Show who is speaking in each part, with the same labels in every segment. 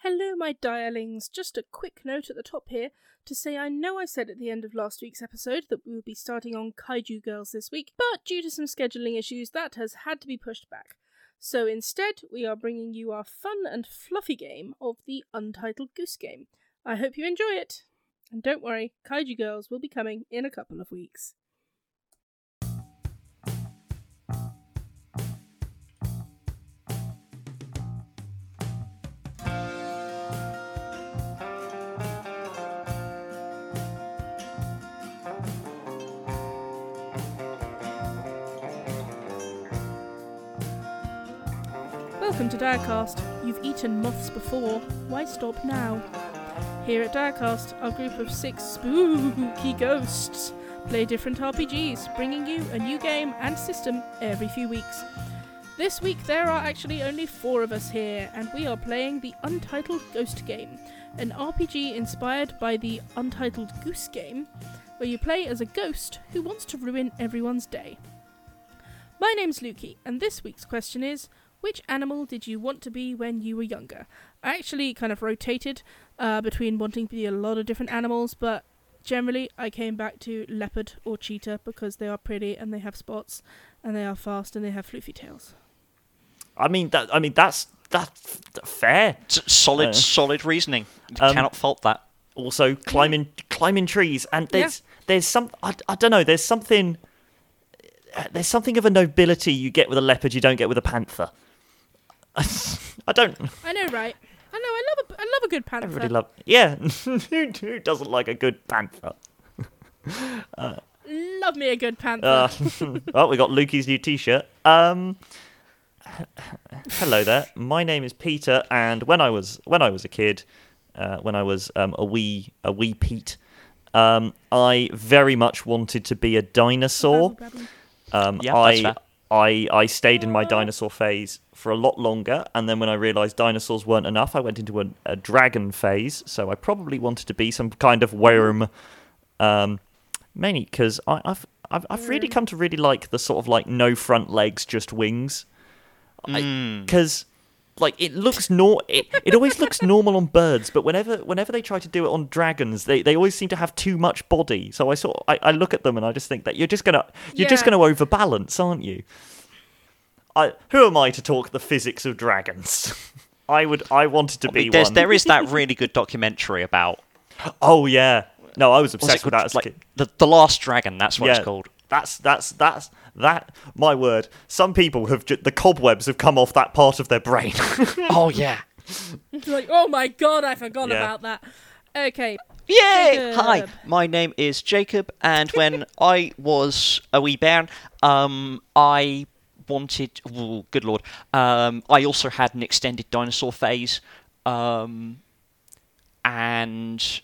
Speaker 1: Hello, my darlings. Just a quick note at the top here to say I know I said at the end of last week's episode that we would be starting on Kaiju Girls this week, but due to some scheduling issues, that has had to be pushed back. So instead, we are bringing you our fun and fluffy game of the Untitled Goose Game. I hope you enjoy it. And don't worry, Kaiju Girls will be coming in a couple of weeks. Welcome to Direcast. You've eaten moths before. Why stop now? Here at Direcast, our group of six spooky ghosts play different RPGs, bringing you a new game and system every few weeks. This week, there are actually only four of us here, and we are playing the Untitled Ghost Game, an RPG inspired by the Untitled Goose Game, where you play as a ghost who wants to ruin everyone's day. My name's Lukey, and this week's question is which animal did you want to be when you were younger? I actually kind of rotated uh, between wanting to be a lot of different animals, but generally I came back to leopard or cheetah because they are pretty and they have spots and they are fast and they have floofy tails.
Speaker 2: I mean that. I mean that's that's fair.
Speaker 3: S- solid,
Speaker 2: Uh.
Speaker 3: solid reasoning. You
Speaker 2: Um,
Speaker 3: cannot fault that.
Speaker 2: Also, climbing climbing trees, and there's there's some. I, I don't know. There's something. There's something of a nobility you get with a leopard you don't get with a panther. I don't.
Speaker 1: I know, right? I know. I love a, I love a good panther.
Speaker 2: Everybody love. Yeah, who, who doesn't like a good panther?
Speaker 1: love me a good panther.
Speaker 2: Uh, well, we got Lukey's new T-shirt. Um, hello there. My name is Peter, and when I was when I was a kid, uh, when I was um, a wee a wee Pete, um, I very much wanted to be a
Speaker 1: Oh,
Speaker 2: dinosaur. Um,
Speaker 3: Yeah, that's
Speaker 2: I,
Speaker 3: fair.
Speaker 2: I I stayed in my dinosaur phase for a lot longer, and then when I realised dinosaurs weren't enough, I went into a, a dragon phase. So I probably wanted to be some kind of worm, um, mainly because I've I've, I've really
Speaker 3: Mm.
Speaker 2: come to really like the sort of like no front legs, just wings,
Speaker 3: Mm.
Speaker 2: because. Like it looks nor it, it always looks normal on birds, but whenever whenever they try to do it on dragons, they, they always seem to have too much body. So I sort of- I, I look at them and I just think that you're just gonna you're just
Speaker 1: Yeah.
Speaker 2: gonna overbalance, aren't you? I, who am I to talk the physics of dragons? I would. I wanted to be
Speaker 3: There's,
Speaker 2: one.
Speaker 3: there is that really good documentary about
Speaker 2: Oh yeah. No, I was
Speaker 3: what's it
Speaker 2: obsessed with
Speaker 3: called?
Speaker 2: that. As a
Speaker 3: like
Speaker 2: kid.
Speaker 3: the, the Last Dragon. That's what
Speaker 2: yeah,
Speaker 3: it's called.
Speaker 2: That's that's that's that. My word. Some people have ju- the cobwebs have come off that part of their brain.
Speaker 3: oh yeah.
Speaker 1: It's like, oh my god, I forgot
Speaker 2: Yeah.
Speaker 1: about that. Okay.
Speaker 3: Yay! Hi,
Speaker 1: Jacob.
Speaker 3: my name is Jacob, and when I was a wee bairn, um, I wanted. Ooh, good lord! Um, I also had an extended dinosaur phase, um, and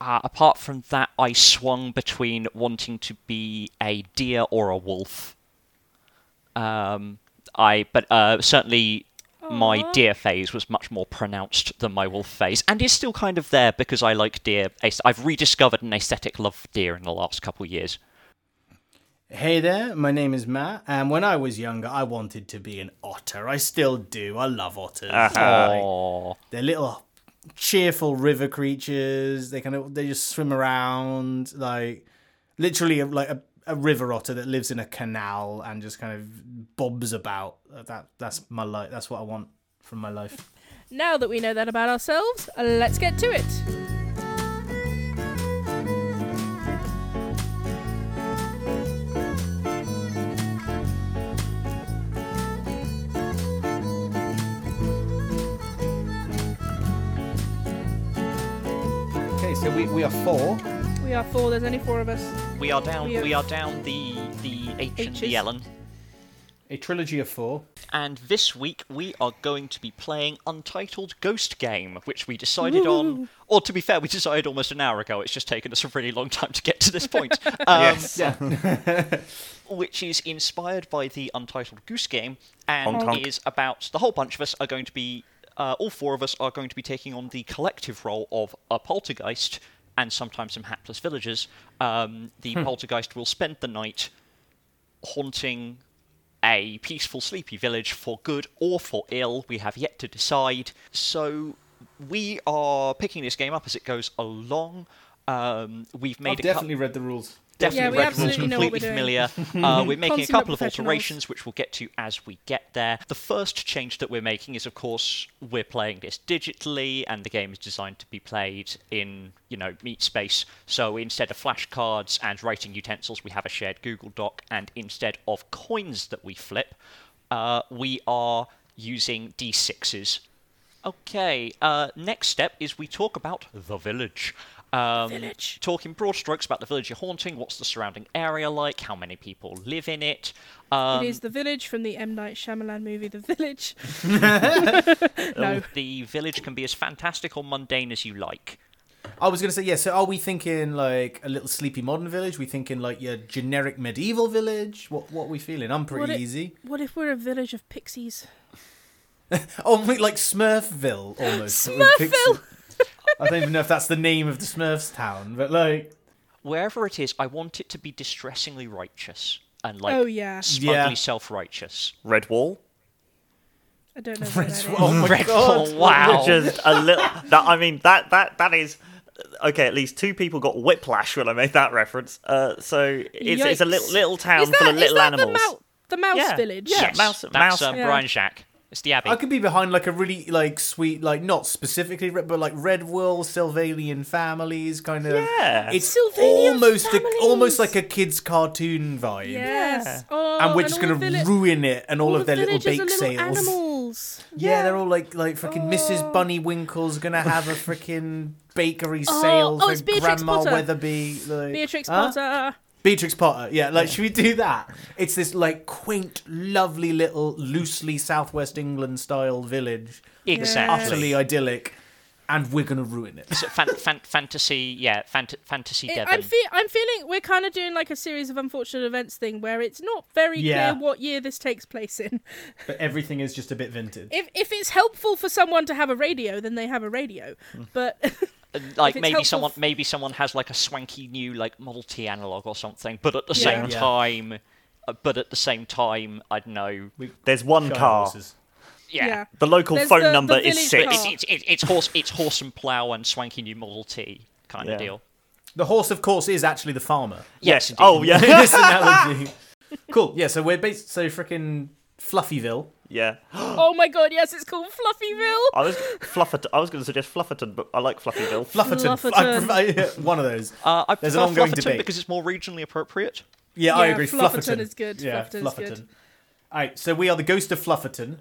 Speaker 3: uh, apart from that, I swung between wanting to be a deer or a wolf. Um, I but uh, certainly my
Speaker 1: Aw.
Speaker 3: deer phase was much more pronounced than my wolf phase, and is still kind of there because I like deer. As- I've rediscovered an aesthetic love for deer in the last couple years.
Speaker 4: Hey there, my name is Matt, and when I was younger, I wanted to be an otter. I still do. I love otters. Like,
Speaker 3: Aw.
Speaker 4: they're little cheerful river creatures. They kind of they just swim around like literally a- like a, a river otter that lives in a canal and just kind of bobs about. That that's my life. That's what I want from my life.
Speaker 1: Now that we know that about ourselves, let's get to it.
Speaker 5: Okay, so we, we are four.
Speaker 1: We are four. There's only four of us.
Speaker 3: we are down.
Speaker 1: We have-
Speaker 3: We are down the the H and
Speaker 1: H's.
Speaker 3: the Ellen.
Speaker 5: A trilogy of four.
Speaker 3: And this week we are going to be playing Untitled Ghost Game, which we decided on. Or to be fair, we decided almost an hour ago. It's just taken us a really long time to get to this point. Um,
Speaker 5: Yeah.
Speaker 3: Which is inspired by the Untitled Goose Game, and
Speaker 2: Honk, honk.
Speaker 3: is about the whole bunch of us are going to be. Uh, all four of us are going to be taking on the collective role of a poltergeist and sometimes some hapless villagers. Um, the
Speaker 5: Hmm.
Speaker 3: poltergeist will spend the night haunting a peaceful, sleepy village for good or for ill. We have yet to decide. So we are picking this game up as it goes along. Um, we've made
Speaker 5: I've
Speaker 3: a couple
Speaker 5: definitely read the rules.
Speaker 1: Yeah,
Speaker 3: definitely
Speaker 1: we
Speaker 3: yeah,
Speaker 1: absolutely know what
Speaker 3: completely
Speaker 1: we're
Speaker 3: familiar. Uh, we're making a
Speaker 1: Consummate
Speaker 3: couple of
Speaker 1: professionals.
Speaker 3: alterations, which we'll get to as we get there. The first change that we're making is, of course, we're playing this digitally, and the game is designed to be played in, you know, meet space. So instead of flashcards and writing utensils, we have a shared Google Doc, and instead of coins that we flip, uh, we are using d6s. Okay, uh, next step is we talk about the village. Um,
Speaker 1: Village.
Speaker 3: Talk in broad strokes about the village you're haunting, what's the surrounding area like, how many people live in it. Um,
Speaker 1: it is the village from the M Night Shyamalan movie, The Village. no,
Speaker 3: The village can be as fantastic or mundane as you like.
Speaker 4: I was gonna say yeah. So are we thinking like a little sleepy modern village? We thinking like your generic medieval village? What what we feeling? I'm pretty
Speaker 1: What it-
Speaker 4: easy.
Speaker 1: what if we're a village of pixies?
Speaker 4: Oh, we- like Smurfville almost.
Speaker 1: Smurfville!
Speaker 4: I don't even know if that's the name of the Smurfs town, but like
Speaker 3: Wherever it is, I want it to be distressingly righteous and like
Speaker 1: Oh, yeah.
Speaker 3: smugly
Speaker 4: Yeah.
Speaker 3: self-righteous.
Speaker 2: Red wall.
Speaker 1: I don't know. Where that is.
Speaker 4: oh my
Speaker 3: Redfall,
Speaker 4: god,
Speaker 3: wow.
Speaker 2: Just a little. That I mean that that that is. Okay, at least two people got whiplash when I made that reference. Uh, so it's, it's a
Speaker 1: Yikes.
Speaker 2: little little town
Speaker 1: Is that,
Speaker 2: full of
Speaker 1: is
Speaker 2: little
Speaker 1: that
Speaker 2: animals.
Speaker 1: The, mou- the mouse
Speaker 2: Yeah.
Speaker 1: village.
Speaker 2: Yeah.
Speaker 3: yes,
Speaker 2: mouse-
Speaker 3: that's
Speaker 2: mouse-
Speaker 3: um,
Speaker 1: Yeah.
Speaker 3: Brian Jacques. It's the abbey.
Speaker 4: I could be behind like a really like sweet like not specifically red, but like Red Wool Sylvanian families kind of.
Speaker 2: Yeah.
Speaker 4: it's
Speaker 1: Sylvanian
Speaker 4: almost a,
Speaker 1: families.
Speaker 4: almost like a kids cartoon vibe.
Speaker 1: Yes.
Speaker 2: Yeah.
Speaker 1: Oh,
Speaker 4: And we're just
Speaker 1: all
Speaker 4: gonna
Speaker 1: the villi-
Speaker 4: ruin it and all,
Speaker 1: all
Speaker 4: of
Speaker 1: the
Speaker 4: their little
Speaker 1: villagers are
Speaker 4: bake sales.
Speaker 1: little Animals.
Speaker 4: Yeah, they're all like like freaking Mrs. Bunny Winkle's gonna have a freaking bakery
Speaker 1: Oh,
Speaker 4: sale
Speaker 1: oh,
Speaker 4: for
Speaker 1: it's Beatrix
Speaker 4: Grandma
Speaker 1: Potter.
Speaker 4: Weatherby. Like,
Speaker 1: Beatrix
Speaker 4: Huh?
Speaker 1: Potter.
Speaker 4: Beatrix Potter. Yeah, like should we do that? It's this like quaint, lovely little loosely Southwest England style village,
Speaker 3: exactly.
Speaker 4: utterly idyllic, and we're gonna ruin it.
Speaker 3: It's a fan- fan- fantasy, yeah, fant- fantasy
Speaker 1: It-
Speaker 3: Devon.
Speaker 1: I'm, fe- I'm feeling we're kind of doing like a series of unfortunate events thing where it's not very
Speaker 4: Yeah.
Speaker 1: clear what year this takes place in.
Speaker 4: But everything is just a bit vintage.
Speaker 1: If if it's helpful for someone to have a radio, then they have a radio. But
Speaker 3: like
Speaker 1: If it's
Speaker 3: maybe
Speaker 1: helpful
Speaker 3: someone
Speaker 1: f-
Speaker 3: maybe someone has like a swanky new like Model T analog or something, but at the
Speaker 1: Yeah.
Speaker 3: same
Speaker 4: Yeah.
Speaker 3: time, uh, but at the same time, I don't know.
Speaker 2: There's one car.
Speaker 3: Yeah,
Speaker 1: Yeah.
Speaker 2: The local
Speaker 1: There's
Speaker 2: phone
Speaker 1: the- the
Speaker 2: number
Speaker 1: village
Speaker 2: is
Speaker 3: but
Speaker 2: six.
Speaker 1: car.
Speaker 3: it's, it's, it's, it's horse it's horse and plow and swanky new Model T kind
Speaker 2: Yeah.
Speaker 3: of deal.
Speaker 4: The horse, of course, is actually the farmer.
Speaker 3: Yes. indeed.
Speaker 2: Oh yeah.
Speaker 4: In this analogy. Cool. Yeah. So we're based. So freaking Fluffyville.
Speaker 2: yeah.
Speaker 1: oh my god, yes, it's called Fluffyville.
Speaker 2: I was Flufferton. I was going to suggest Flufferton, but I like Fluffyville.
Speaker 4: Flufferton.
Speaker 1: Flufferton.
Speaker 4: I- I- one of those.
Speaker 3: Uh, I
Speaker 4: There's
Speaker 3: prefer
Speaker 4: an ongoing
Speaker 3: Flufferton
Speaker 4: debate.
Speaker 3: because it's more regionally appropriate.
Speaker 4: Yeah, I
Speaker 1: Yeah,
Speaker 4: agree.
Speaker 1: Flufferton
Speaker 4: Flufferton
Speaker 1: is good.
Speaker 4: Yeah,
Speaker 1: Flufferton is good.
Speaker 4: All right, so we are the ghost of Flufferton.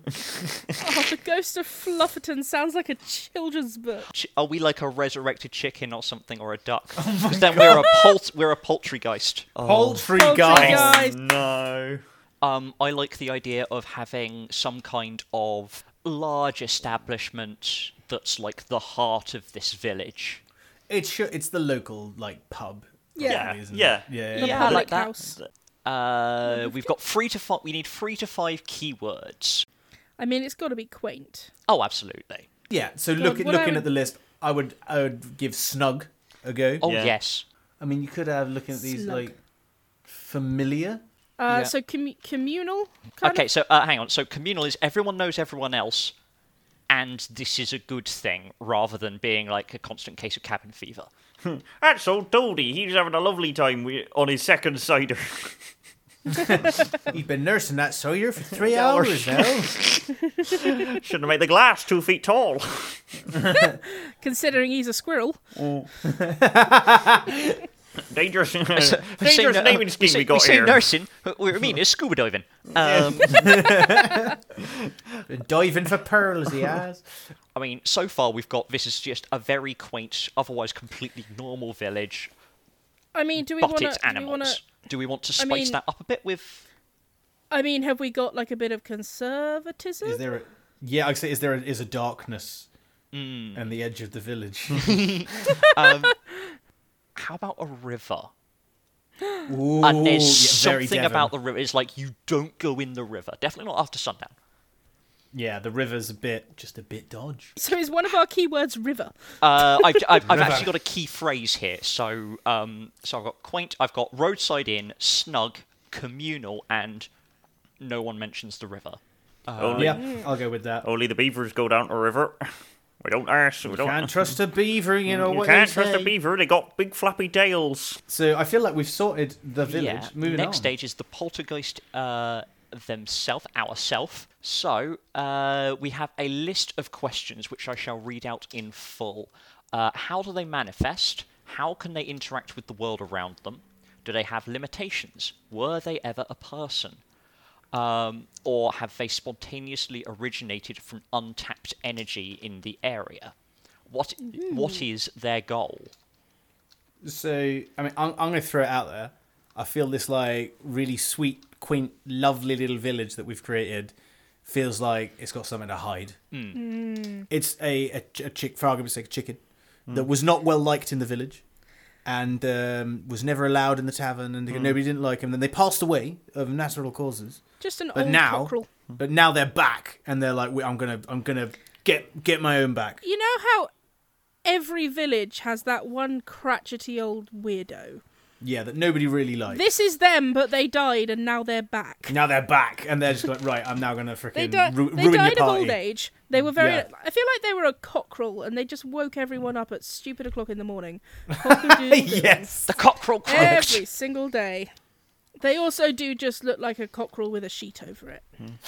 Speaker 1: Oh, the ghost of Flufferton sounds like a children's book.
Speaker 3: Ch- Are we like a resurrected chicken or something or a duck? 'Cause then we're a poult- we're a poultry geist.
Speaker 4: Poultry
Speaker 1: Poultry
Speaker 4: guys.
Speaker 1: guy. Guys.
Speaker 2: Oh, no.
Speaker 3: Um, I like the idea of having some kind of large establishment that's like the heart of this village.
Speaker 4: It's sure, it's the local like pub.
Speaker 1: Yeah.
Speaker 4: probably, isn't it?
Speaker 2: Yeah.
Speaker 4: yeah,
Speaker 1: The
Speaker 4: yeah.
Speaker 3: I
Speaker 1: public
Speaker 3: like that.
Speaker 1: house.
Speaker 3: Uh, we've got three to five. We need three to five keywords.
Speaker 1: I mean, it's got to be quaint.
Speaker 3: Oh, absolutely.
Speaker 4: Yeah, So look,
Speaker 1: what I
Speaker 4: looking
Speaker 1: would-
Speaker 4: at the list, I would I would give snug a go.
Speaker 3: Oh
Speaker 2: Yeah.
Speaker 3: yes.
Speaker 4: I mean, you could have looking at these
Speaker 1: Snug.
Speaker 4: like familiar.
Speaker 1: Uh,
Speaker 3: Yeah.
Speaker 1: So commu- communal. Kind
Speaker 3: okay,
Speaker 1: Of?
Speaker 3: so uh, hang on. So communal is everyone knows everyone else, and this is a good thing rather than being like a constant case of cabin fever.
Speaker 2: That's old Dodie. He's having a lovely time wi- on his second cider.
Speaker 4: You've been nursing that sawyer for three
Speaker 2: Oh,
Speaker 4: hours now.
Speaker 2: Shouldn't have made the glass two feet tall.
Speaker 1: Considering he's a squirrel.
Speaker 2: Dangerous,
Speaker 3: We say
Speaker 2: dangerous
Speaker 3: nu-
Speaker 2: naming scheme we,
Speaker 3: say-
Speaker 2: got
Speaker 3: say
Speaker 2: here.
Speaker 3: nursing. but What we mean is scuba diving. Um,
Speaker 4: Diving for pearls, he has.
Speaker 3: I mean, so far we've got this is just a very quaint, otherwise completely normal village,
Speaker 1: I mean, do we
Speaker 3: but
Speaker 1: want
Speaker 3: it's
Speaker 1: to? Do we want to?
Speaker 3: animals. Do we want to
Speaker 1: I
Speaker 3: spice
Speaker 1: mean-
Speaker 3: that up a bit with?
Speaker 1: I mean, have we got like a bit of conservatism?
Speaker 4: Is there? A, yeah, I say, is there? A, is a darkness
Speaker 2: Mm.
Speaker 4: and the edge of the village?
Speaker 3: How about a river?
Speaker 4: Ooh,
Speaker 3: and there's
Speaker 4: yeah, very
Speaker 3: something
Speaker 4: Devon.
Speaker 3: about the river. It's like you don't go in the river. Definitely not after sundown.
Speaker 4: Yeah, the river's a bit, just a bit dodge.
Speaker 1: So is one of our keywords river?
Speaker 3: Uh, I've, I've, I've
Speaker 4: River.
Speaker 3: actually got a key phrase here. So, um, so I've got quaint. I've got roadside inn, snug, communal, and no one mentions the river.
Speaker 2: Only, Oh,
Speaker 4: Yeah, I'll go with that.
Speaker 2: only the beavers go down the river. We don't ask. Oh, We don't. Mm,
Speaker 4: Can't trust a beaver, you know
Speaker 2: you
Speaker 4: what
Speaker 2: can't
Speaker 4: they
Speaker 2: trust
Speaker 4: say.
Speaker 2: a beaver. They got big flappy tails.
Speaker 5: So I feel like we've sorted the village.
Speaker 3: Yeah.
Speaker 5: Moving
Speaker 3: Next
Speaker 5: on.
Speaker 3: stage is the poltergeist uh, themselves, ourself. So uh, we have a list of questions which I shall read out in full. Uh, how do they manifest? How can they interact with the world around them? Do they have limitations? Were they ever a person? Um, or have they spontaneously originated from untapped energy in the area? What what is their goal?
Speaker 4: So, I mean, I'm, I'm going to throw it out there. I feel this like really sweet, quaint, lovely little village that we've created feels like it's got something to hide. It's a, a, ch- a chick, for argument's sake, a chicken that was not well liked in the village and um, was never allowed in the tavern, and nobody didn't like him. Then they passed away of natural causes,
Speaker 1: Just an
Speaker 4: but
Speaker 1: old
Speaker 4: now,
Speaker 1: cockerel.
Speaker 4: but now they're back, and they're like, "We- I'm gonna, I'm gonna get get my own back.
Speaker 1: You know how every village has that one cratchety old weirdo.
Speaker 4: Yeah, that nobody really liked.
Speaker 1: This is them, but they died and now they're back.
Speaker 4: Now they're back, and they're just like, right, I'm now gonna
Speaker 1: They,
Speaker 4: freaking
Speaker 1: di-
Speaker 4: ru-
Speaker 1: they
Speaker 4: ruin
Speaker 1: died
Speaker 4: your
Speaker 1: of
Speaker 4: party.
Speaker 1: old age. They were very.
Speaker 4: Yeah.
Speaker 1: I feel like they were a cockerel and they just woke everyone up at stupid o'clock in the morning. Cock-a-doodle-doo.
Speaker 4: Yes,
Speaker 3: The cockerel croaked.
Speaker 1: Every single day. They also do just look like a cockerel with a sheet over it.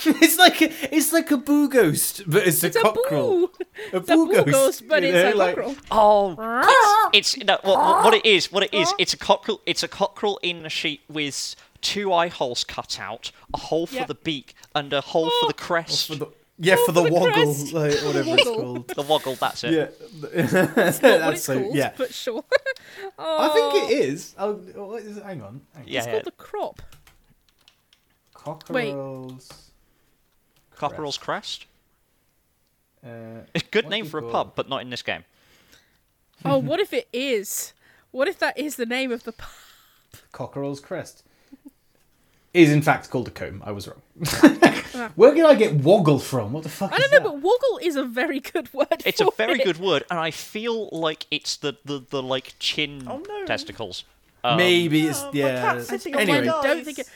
Speaker 4: it's like a, it's like a boo ghost, but it's,
Speaker 1: It's
Speaker 4: a
Speaker 1: a
Speaker 4: cockerel.
Speaker 1: boo. It's a boo ghost, but
Speaker 4: you
Speaker 1: it's
Speaker 4: know,
Speaker 1: a
Speaker 4: like-
Speaker 1: cockerel.
Speaker 3: Oh, it's, it's no, what, what- what it is. What it is. It's a cockerel. It's a cockerel in a sheet with two eye holes cut out, a hole for
Speaker 1: Yep.
Speaker 3: the beak, and a hole for the crest.
Speaker 4: for the, yeah, for
Speaker 1: for
Speaker 4: the,
Speaker 1: the
Speaker 4: woggle,
Speaker 1: crest.
Speaker 4: like, whatever it's
Speaker 1: Woggle.
Speaker 4: called.
Speaker 3: the woggle. That's it.
Speaker 4: Yeah, that's
Speaker 1: Not what Oh, it's
Speaker 4: so-
Speaker 1: called,
Speaker 4: yeah.
Speaker 1: but sure.
Speaker 4: I
Speaker 1: oh,
Speaker 4: think it is. Oh, what is it? Hang on, hang on.
Speaker 1: It's
Speaker 3: Yeah,
Speaker 1: called the crop. Wait.
Speaker 4: cockerels.
Speaker 3: Cockerel's crest.
Speaker 4: Uh,
Speaker 3: Good
Speaker 4: What
Speaker 3: name
Speaker 4: do you
Speaker 3: for a
Speaker 4: call
Speaker 3: pub, but not in this game.
Speaker 1: Oh, what if it is? What if that is the name of the pub?
Speaker 5: Cockerel's crest is in fact called a comb. I was wrong. Where did I get woggle from? What the fuck?
Speaker 1: Ah. I don't know, but woggle is a very good word.
Speaker 3: It's
Speaker 1: for
Speaker 3: a very
Speaker 1: it.
Speaker 3: good word, and I feel like it's the the, the like chin
Speaker 2: no.
Speaker 3: testicles. Um,
Speaker 4: Maybe it's yeah.
Speaker 2: sitting
Speaker 1: on my
Speaker 4: Anyway,
Speaker 1: dog. don't think it-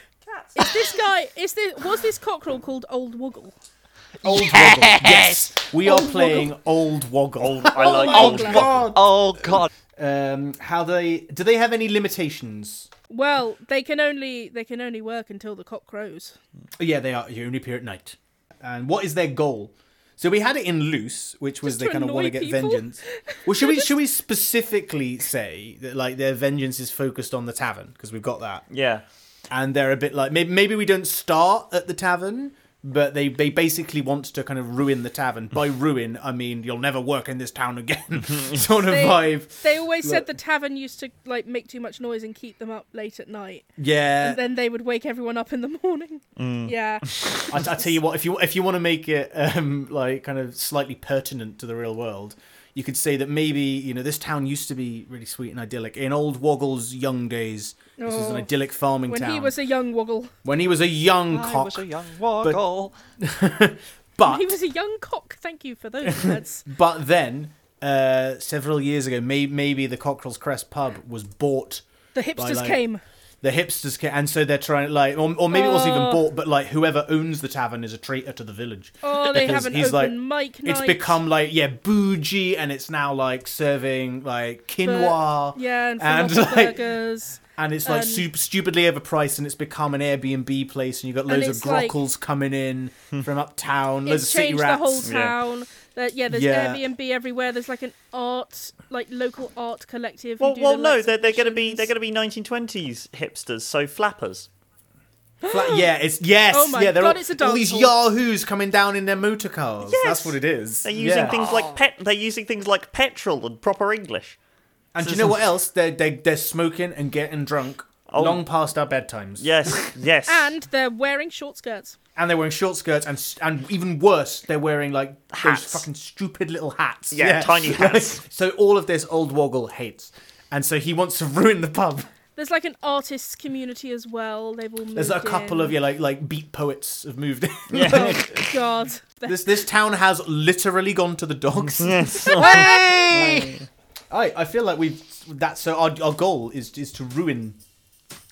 Speaker 1: Is this guy? Is this was this cockerel called Old Woggle?
Speaker 4: old woggle. Yes, we are playing old woggle.
Speaker 2: Old, I like
Speaker 1: my
Speaker 2: old.
Speaker 1: God.
Speaker 4: God.
Speaker 3: Oh god.
Speaker 5: Um,
Speaker 4: How they do they have any limitations?
Speaker 1: Well, they can only they can only work until the cock crows.
Speaker 4: Oh, Yeah, they are. You only appear at night. And what is their goal? So we had it in loose, which was
Speaker 1: Just
Speaker 4: they
Speaker 1: to
Speaker 4: kind of want
Speaker 1: annoy
Speaker 4: to get
Speaker 1: people?
Speaker 4: vengeance. Well, should we should we specifically say that like their vengeance is focused on the tavern because we've got that,
Speaker 2: Yeah.
Speaker 4: and they're a bit like maybe maybe we don't start at the tavern, but they they basically want to kind of ruin the tavern. By ruin, I mean you'll never work in this town again, sort of
Speaker 1: They,
Speaker 4: vibe.
Speaker 1: they always said the tavern used to like make too much noise and keep them up late at night,
Speaker 4: Uh, Yeah,
Speaker 1: and then they would wake everyone up in the morning.
Speaker 4: Mm.
Speaker 1: Yeah,
Speaker 4: I, I tell you what, if you if you want to make it um, like kind of slightly pertinent to the real world, you could say that maybe you know this town used to be really sweet and idyllic. In old Woggle's young days, this was an
Speaker 1: Oh.
Speaker 4: idyllic farming
Speaker 1: when
Speaker 4: town.
Speaker 1: he was a young woggle,
Speaker 4: when he was a young
Speaker 3: I
Speaker 4: cock,
Speaker 3: was a young woggle.
Speaker 4: but Uh,
Speaker 1: he was a young cock. Thank you for those words.
Speaker 4: but then uh, several years ago, may, maybe the Cockerel's Crest pub was bought.
Speaker 1: The hipsters
Speaker 4: like-
Speaker 1: came.
Speaker 4: The hipsters ca and so they're trying like, or, or maybe it wasn't even
Speaker 1: Oh.
Speaker 4: bought, but like whoever owns the tavern is a traitor to the village.
Speaker 1: Oh, they
Speaker 4: because
Speaker 1: have an
Speaker 4: he's
Speaker 1: open
Speaker 4: like-
Speaker 1: mic night.
Speaker 4: It's become like yeah, bougie, and it's now like serving like quinoa,
Speaker 1: yeah, and,
Speaker 4: and,
Speaker 1: falafel
Speaker 4: like-
Speaker 1: burgers.
Speaker 4: and it's like
Speaker 1: and-
Speaker 4: sup- stupidly overpriced, and it's become an Airbnb place, and you got
Speaker 1: And
Speaker 4: loads of
Speaker 1: it's like-
Speaker 4: grockles coming in from uptown, loads of
Speaker 1: It's
Speaker 4: city
Speaker 1: changed the whole
Speaker 4: rats.
Speaker 2: Yeah.
Speaker 1: town. There- yeah, there's
Speaker 4: Yeah.
Speaker 1: Airbnb everywhere. There's like an art, like local art collective. who
Speaker 2: Well,
Speaker 1: do
Speaker 2: well,
Speaker 1: the
Speaker 2: no,
Speaker 1: lights
Speaker 2: they're, they're going to be
Speaker 1: exhibitions.
Speaker 2: they're going to be 1920s hipsters, so flappers.
Speaker 4: Fla- yeah, it's yes,
Speaker 1: Oh my
Speaker 4: yeah, they're
Speaker 1: God,
Speaker 4: all,
Speaker 1: it's a
Speaker 4: all these
Speaker 1: dancehall.
Speaker 4: yahoos coming down in their motor cars. That's
Speaker 2: Yes.
Speaker 4: what it is.
Speaker 2: They're using
Speaker 4: Yeah.
Speaker 2: things
Speaker 1: Oh.
Speaker 2: like pet. They're using things like petrol and proper English.
Speaker 4: And do you know what else? They're they they're smoking and getting drunk.
Speaker 2: Oh.
Speaker 4: Long past our bedtimes.
Speaker 2: Yes, yes.
Speaker 1: And they're wearing short skirts.
Speaker 4: and they're wearing short skirts, and s- and even worse, they're wearing like those
Speaker 2: Hats.
Speaker 4: fucking stupid little hats.
Speaker 2: Yeah, tiny hats.
Speaker 4: so all of this old Woggle hates, and so he wants to ruin the pub.
Speaker 1: There's like an artists community as well. They've all moved
Speaker 4: There's a couple
Speaker 1: in.
Speaker 4: of yeah, like like beat poets have moved in.
Speaker 2: yeah.
Speaker 1: Oh God. They're-
Speaker 4: this this town has literally gone to the dogs.
Speaker 2: yes.
Speaker 4: I I feel like we've that. So our our goal is is to ruin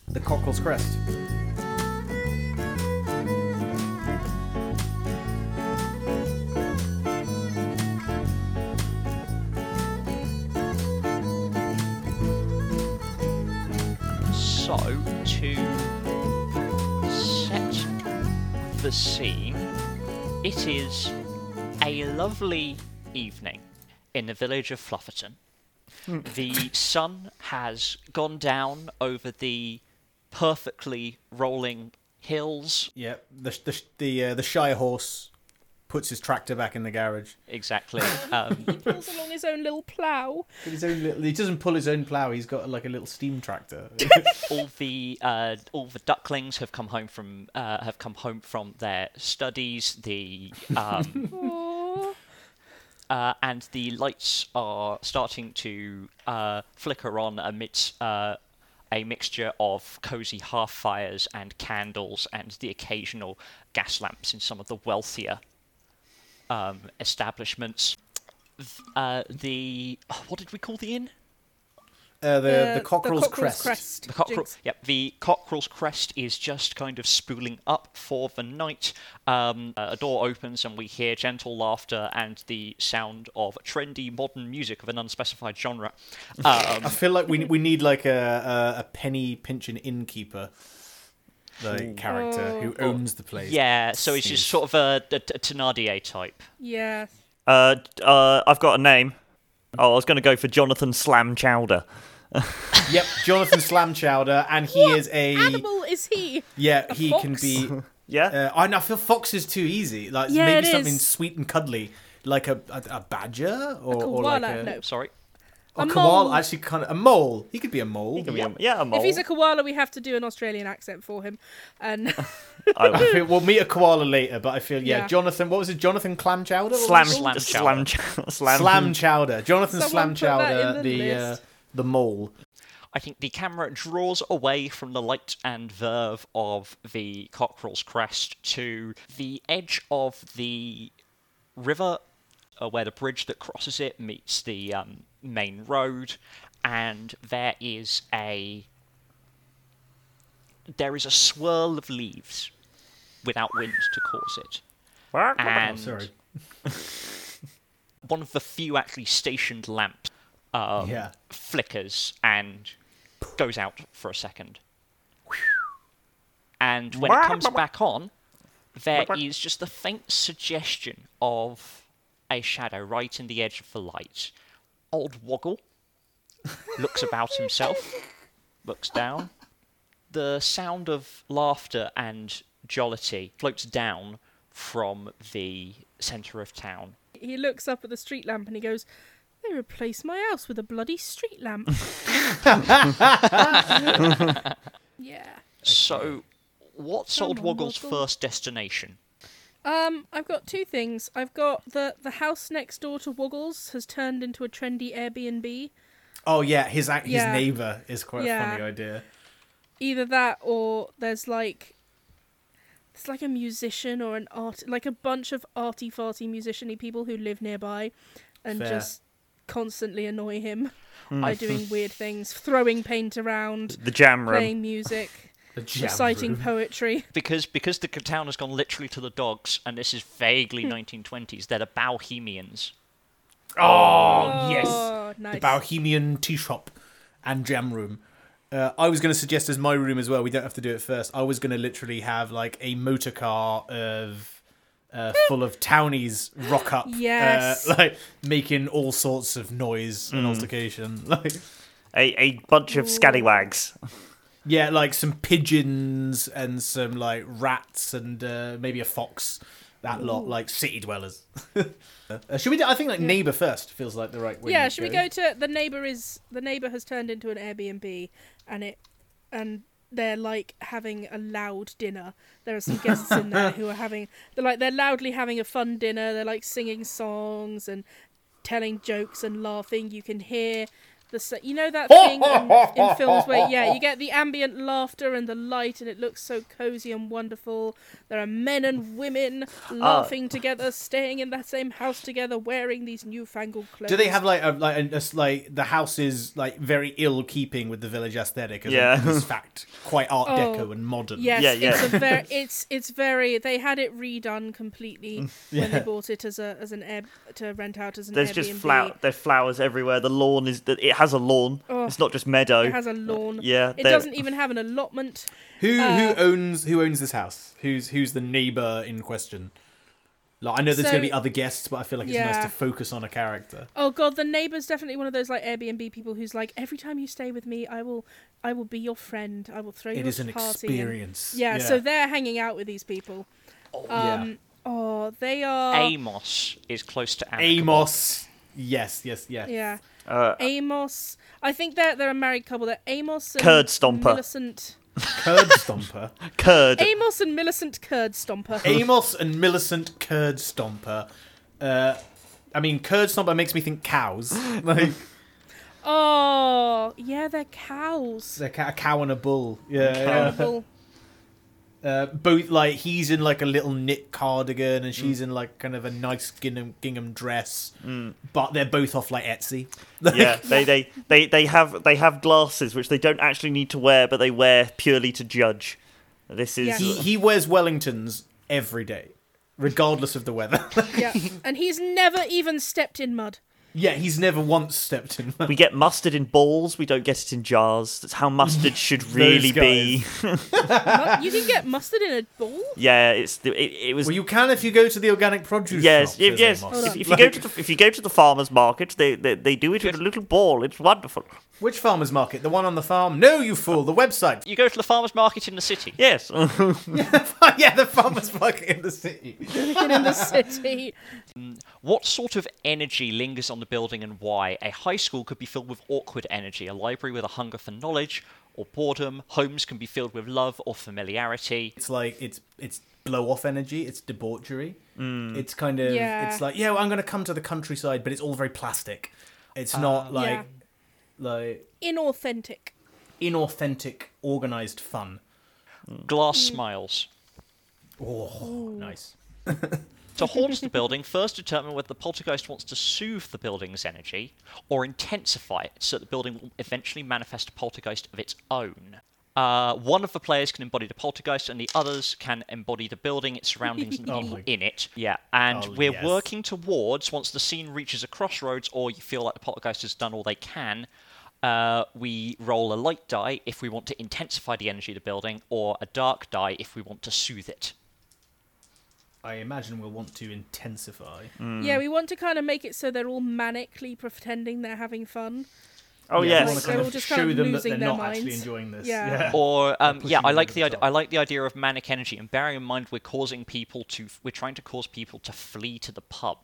Speaker 4: the Cockerel's Crest.
Speaker 3: So to set the scene, it is a lovely evening in the village of Flufferton. The sun has gone down over the perfectly rolling hills.
Speaker 4: Yeah, the the the, uh, the shy horse puts his tractor back in the garage.
Speaker 3: Exactly. Um,
Speaker 1: Pulls along his own little plough.
Speaker 5: With his own little- he doesn't pull his own plough. He's got like a little steam tractor.
Speaker 4: Uh,
Speaker 3: all the uh, all the ducklings have come home from uh, have come home from their studies. The um,
Speaker 1: Aww.
Speaker 3: uh, and the lights are starting to uh, flicker on amidst uh, a mixture of cozy hearth fires and candles and the occasional gas lamps in some of the wealthier um, establishments. Th- Uh, the what did we call the inn?
Speaker 4: Uh, the,
Speaker 1: Uh,
Speaker 4: the cockerel's, crest.
Speaker 3: The cockerel.
Speaker 1: Jinx.
Speaker 3: Yep. The cockerel's crest is just kind of spooling up for the night. Um, a door opens and we hear gentle laughter and the sound of trendy modern music of an unspecified genre. Um,
Speaker 4: I feel like we we need like a a, a penny pinching innkeeper, the character who owns the place.
Speaker 3: yeah. So it's just sort of a, a, a Thénardier type.
Speaker 1: Yes.
Speaker 2: Uh, uh, I've got a name. Oh, I was going to go for Jonathan Slam Chowder.
Speaker 4: Yep, Jonathan Slam Chowder, and he
Speaker 1: What
Speaker 4: is a
Speaker 1: animal is he?
Speaker 4: yeah.
Speaker 1: A
Speaker 4: he can
Speaker 1: fox?
Speaker 4: be.
Speaker 2: Yeah.
Speaker 4: Uh, I, know, I feel fox is too easy. Like
Speaker 1: Yeah,
Speaker 4: maybe
Speaker 1: it
Speaker 4: something
Speaker 1: is.
Speaker 4: sweet and cuddly, like a a, a badger or, or
Speaker 1: Koala.
Speaker 4: like a,
Speaker 1: no.
Speaker 3: Sorry.
Speaker 4: or
Speaker 1: A
Speaker 4: koala.
Speaker 1: mole.
Speaker 4: Actually, kind of a mole. He could be a mole.
Speaker 2: Give me a- yeah, a mole.
Speaker 1: If he's a koala, we have to do an Australian accent for him. And
Speaker 2: I-
Speaker 4: I feel- we'll meet a koala later, but I feel yeah,
Speaker 1: Yeah.
Speaker 4: Jonathan. What was it? Jonathan Clam Chowder. What
Speaker 2: Slam,
Speaker 4: was it?
Speaker 2: slam,
Speaker 3: Slam
Speaker 2: slam, slam,
Speaker 4: Slam Chowder. Jonathan
Speaker 1: Someone
Speaker 4: Slam
Speaker 1: put that in
Speaker 4: Chowder,
Speaker 1: the
Speaker 4: the uh,
Speaker 1: list.
Speaker 4: the mole.
Speaker 3: I think the camera draws away from the light and verve of the cockerel's crest to the edge of the river, uh, where the bridge that crosses it meets the um, main road, and there is a there is a swirl of leaves without wind to cause it. And
Speaker 5: sorry.
Speaker 3: one of the few actually stationed lamps um,
Speaker 5: Yeah.
Speaker 3: flickers and goes out for a second. And when it comes back on, there is just the faint suggestion of a shadow right in the edge of the light. Old Woggle looks about himself, looks down. The sound of laughter and jollity floats down from the centre of town
Speaker 1: he looks up at the street lamp and he goes, "They replaced my house with a bloody street lamp." yeah.
Speaker 3: So, what's
Speaker 1: Come
Speaker 3: Old
Speaker 1: on,
Speaker 3: Woggle's
Speaker 1: Woggle.
Speaker 3: first destination?
Speaker 1: Um, I've got two things. I've got the the house next door to Woggles has turned into a trendy Airbnb.
Speaker 4: Oh yeah, his ac-
Speaker 1: Yeah.
Speaker 4: his neighbor is quite
Speaker 1: Yeah.
Speaker 4: a funny idea.
Speaker 1: Either that or there's like it's like a musician or an art like a bunch of arty farty musiciany people who live nearby and
Speaker 4: Fair. Hmm.
Speaker 1: just constantly annoy him by doing weird things, throwing paint around,
Speaker 2: the jam room.
Speaker 1: playing music,
Speaker 4: The jam
Speaker 1: reciting
Speaker 4: room.
Speaker 1: poetry.
Speaker 3: Because because the town has gone literally to the dogs, and this is vaguely 1920s. They're the Bohemians.
Speaker 4: Oh, yes,
Speaker 1: Oh, nice.
Speaker 4: the Bohemian tea shop and jam room. Uh, I was going to suggest as my room as well. We don't have to do it first. I was going to literally have like a motor car of uh, full of townies rock up,
Speaker 1: Yes.
Speaker 4: uh, like making all sorts of noise and altercation, like.
Speaker 2: A, a bunch of scallywags.
Speaker 4: Yeah, like some pigeons and some like rats and uh, maybe a fox. That lot, like city dwellers. uh, should we? Do, I think like neighbor first feels like the right way.
Speaker 1: yeah
Speaker 4: to
Speaker 1: should we go to the neighbor is the neighbor has turned into an airbnb and it and they're like having a loud dinner there are some guests in there who are having they're like they're loudly having a fun dinner they're like singing songs and telling jokes and laughing you can hear the s- you know that thing in, in films where yeah you get the ambient laughter and the light and it looks so cozy and wonderful there are men and women
Speaker 4: Uh,
Speaker 1: laughing together staying in that same house together wearing these newfangled clothes
Speaker 4: Do they have like a like a, a s- like the house is like very ill keeping with the village aesthetic? As
Speaker 2: Yeah.
Speaker 4: in fact, quite Art
Speaker 1: Oh,
Speaker 4: Deco and modern.
Speaker 1: Yes,
Speaker 2: Yeah, yeah.
Speaker 1: it's a very it's it's very they had it redone completely when they bought it as a as an air to rent out as an
Speaker 2: There's
Speaker 1: Airbnb.
Speaker 2: just flower. There's flowers everywhere. The lawn is. It has has a lawn.
Speaker 1: Oh.
Speaker 2: It's not just meadow.
Speaker 1: It has a lawn.
Speaker 2: yeah,
Speaker 1: It
Speaker 2: they're-
Speaker 1: doesn't even have an allotment.
Speaker 4: Who
Speaker 1: Uh,
Speaker 4: who owns who owns this house? Who's who's the neighbor in question? Like I know there's
Speaker 1: So-
Speaker 4: gonna be other guests, but I feel like it's
Speaker 1: Yeah.
Speaker 4: nice to focus on a character.
Speaker 1: Oh god, the neighbor's definitely one of those like Airbnb people who's like, every time you stay with me, I will, I will be your friend. I will throw you
Speaker 4: It
Speaker 1: a
Speaker 4: is an
Speaker 1: party. and-"
Speaker 4: experience.
Speaker 1: Yeah, So they're hanging out with these people. Um, Oh, they are.
Speaker 3: Amos is close to amicable.
Speaker 4: Amos. Yes, yes, yes.
Speaker 1: Yeah.
Speaker 2: Uh,
Speaker 1: Amos. I think they're they're a married couple. They're Amos and
Speaker 2: Curd stomper.
Speaker 1: Millicent.
Speaker 4: Curd Stomper.
Speaker 2: curd.
Speaker 1: Amos and Millicent Curd Stomper.
Speaker 4: Amos and Millicent Curd Stomper. Uh, I mean, Curd Stomper makes me think cows. Like
Speaker 1: oh, yeah, they're cows.
Speaker 4: a ca- a cow and a bull. Yeah, yeah.
Speaker 1: Carnival.
Speaker 4: Uh, both like he's in like a little knit cardigan and she's
Speaker 2: Mm.
Speaker 4: in like kind of a nice gingham, gingham dress, but they're both off like Etsy.
Speaker 2: yeah, they, they, they, they have they have glasses which they don't actually need to wear, but they wear purely to judge. This is
Speaker 4: he he wears Wellingtons every day, regardless of the weather.
Speaker 1: yeah, and he's never even stepped in mud.
Speaker 4: yeah, he's never once stepped in.
Speaker 2: we get mustard in balls, we don't get it in jars. That's how mustard should really be.
Speaker 1: Mu- you can get mustard in a ball.
Speaker 2: Yeah, it's the, it, it was
Speaker 4: well, you can if you go to the organic produce.
Speaker 2: yes,
Speaker 4: shop,
Speaker 2: if,
Speaker 4: says
Speaker 2: yes.
Speaker 4: Amos.
Speaker 2: If, if you
Speaker 4: Like,
Speaker 2: go to the if you go to the farmers market, they they, they do it with a little ball. It's wonderful.
Speaker 4: which farmers market? The one on the farm? No, you fool! The website.
Speaker 3: You go to the farmer's market in the city.
Speaker 2: Yes,
Speaker 4: yeah, the farmers market in the city.
Speaker 1: Get in the city.
Speaker 3: What sort of energy lingers on the building and why? A high school could be filled with awkward energy, a library with a hunger for knowledge or boredom, homes can be filled with love or familiarity.
Speaker 4: It's like it's it's blow off energy. It's debauchery.
Speaker 2: Mm.
Speaker 4: It's kind of
Speaker 1: Yeah.
Speaker 4: it's like yeah, well, I'm gonna come to the countryside, but it's all very plastic. It's not like
Speaker 1: Uh, Yeah.
Speaker 4: like
Speaker 1: Inauthentic.
Speaker 4: inauthentic, organized fun.
Speaker 3: Glass smiles.
Speaker 4: Oh, nice.
Speaker 3: To haunt the building, first determine whether the poltergeist wants to soothe the building's energy or intensify it so that the building will eventually manifest a poltergeist of its own. Uh, one of the players can embody the poltergeist, and the others can embody the building, its surroundings, and the
Speaker 4: Oh
Speaker 3: people
Speaker 4: my-
Speaker 3: in it. Yeah, and
Speaker 4: Oh,
Speaker 3: we're
Speaker 4: yes.
Speaker 3: working towards once the scene reaches a crossroads, or you feel like the poltergeist has done all they can. Uh, we roll a light die if we want to intensify the energy of the building, or a dark die if we want to soothe it.
Speaker 4: I imagine we'll want to intensify.
Speaker 1: Yeah, we want to kind of make it so they're all manically pretending they're having fun.
Speaker 2: oh
Speaker 1: Like,
Speaker 4: we
Speaker 2: yes.
Speaker 4: wanna
Speaker 1: they're all just kind
Speaker 4: show
Speaker 1: of
Speaker 4: them that
Speaker 1: losing
Speaker 4: they're
Speaker 1: their
Speaker 4: not actually
Speaker 1: minds.
Speaker 4: enjoying this.
Speaker 1: Yeah.
Speaker 3: or um, yeah,
Speaker 4: pushing
Speaker 3: I
Speaker 4: it
Speaker 3: like
Speaker 4: over
Speaker 3: the,
Speaker 4: the
Speaker 3: idea. I
Speaker 4: top.
Speaker 3: like the idea of manic energy, and bearing in mind we're causing people to we're trying to cause people to flee to the pub.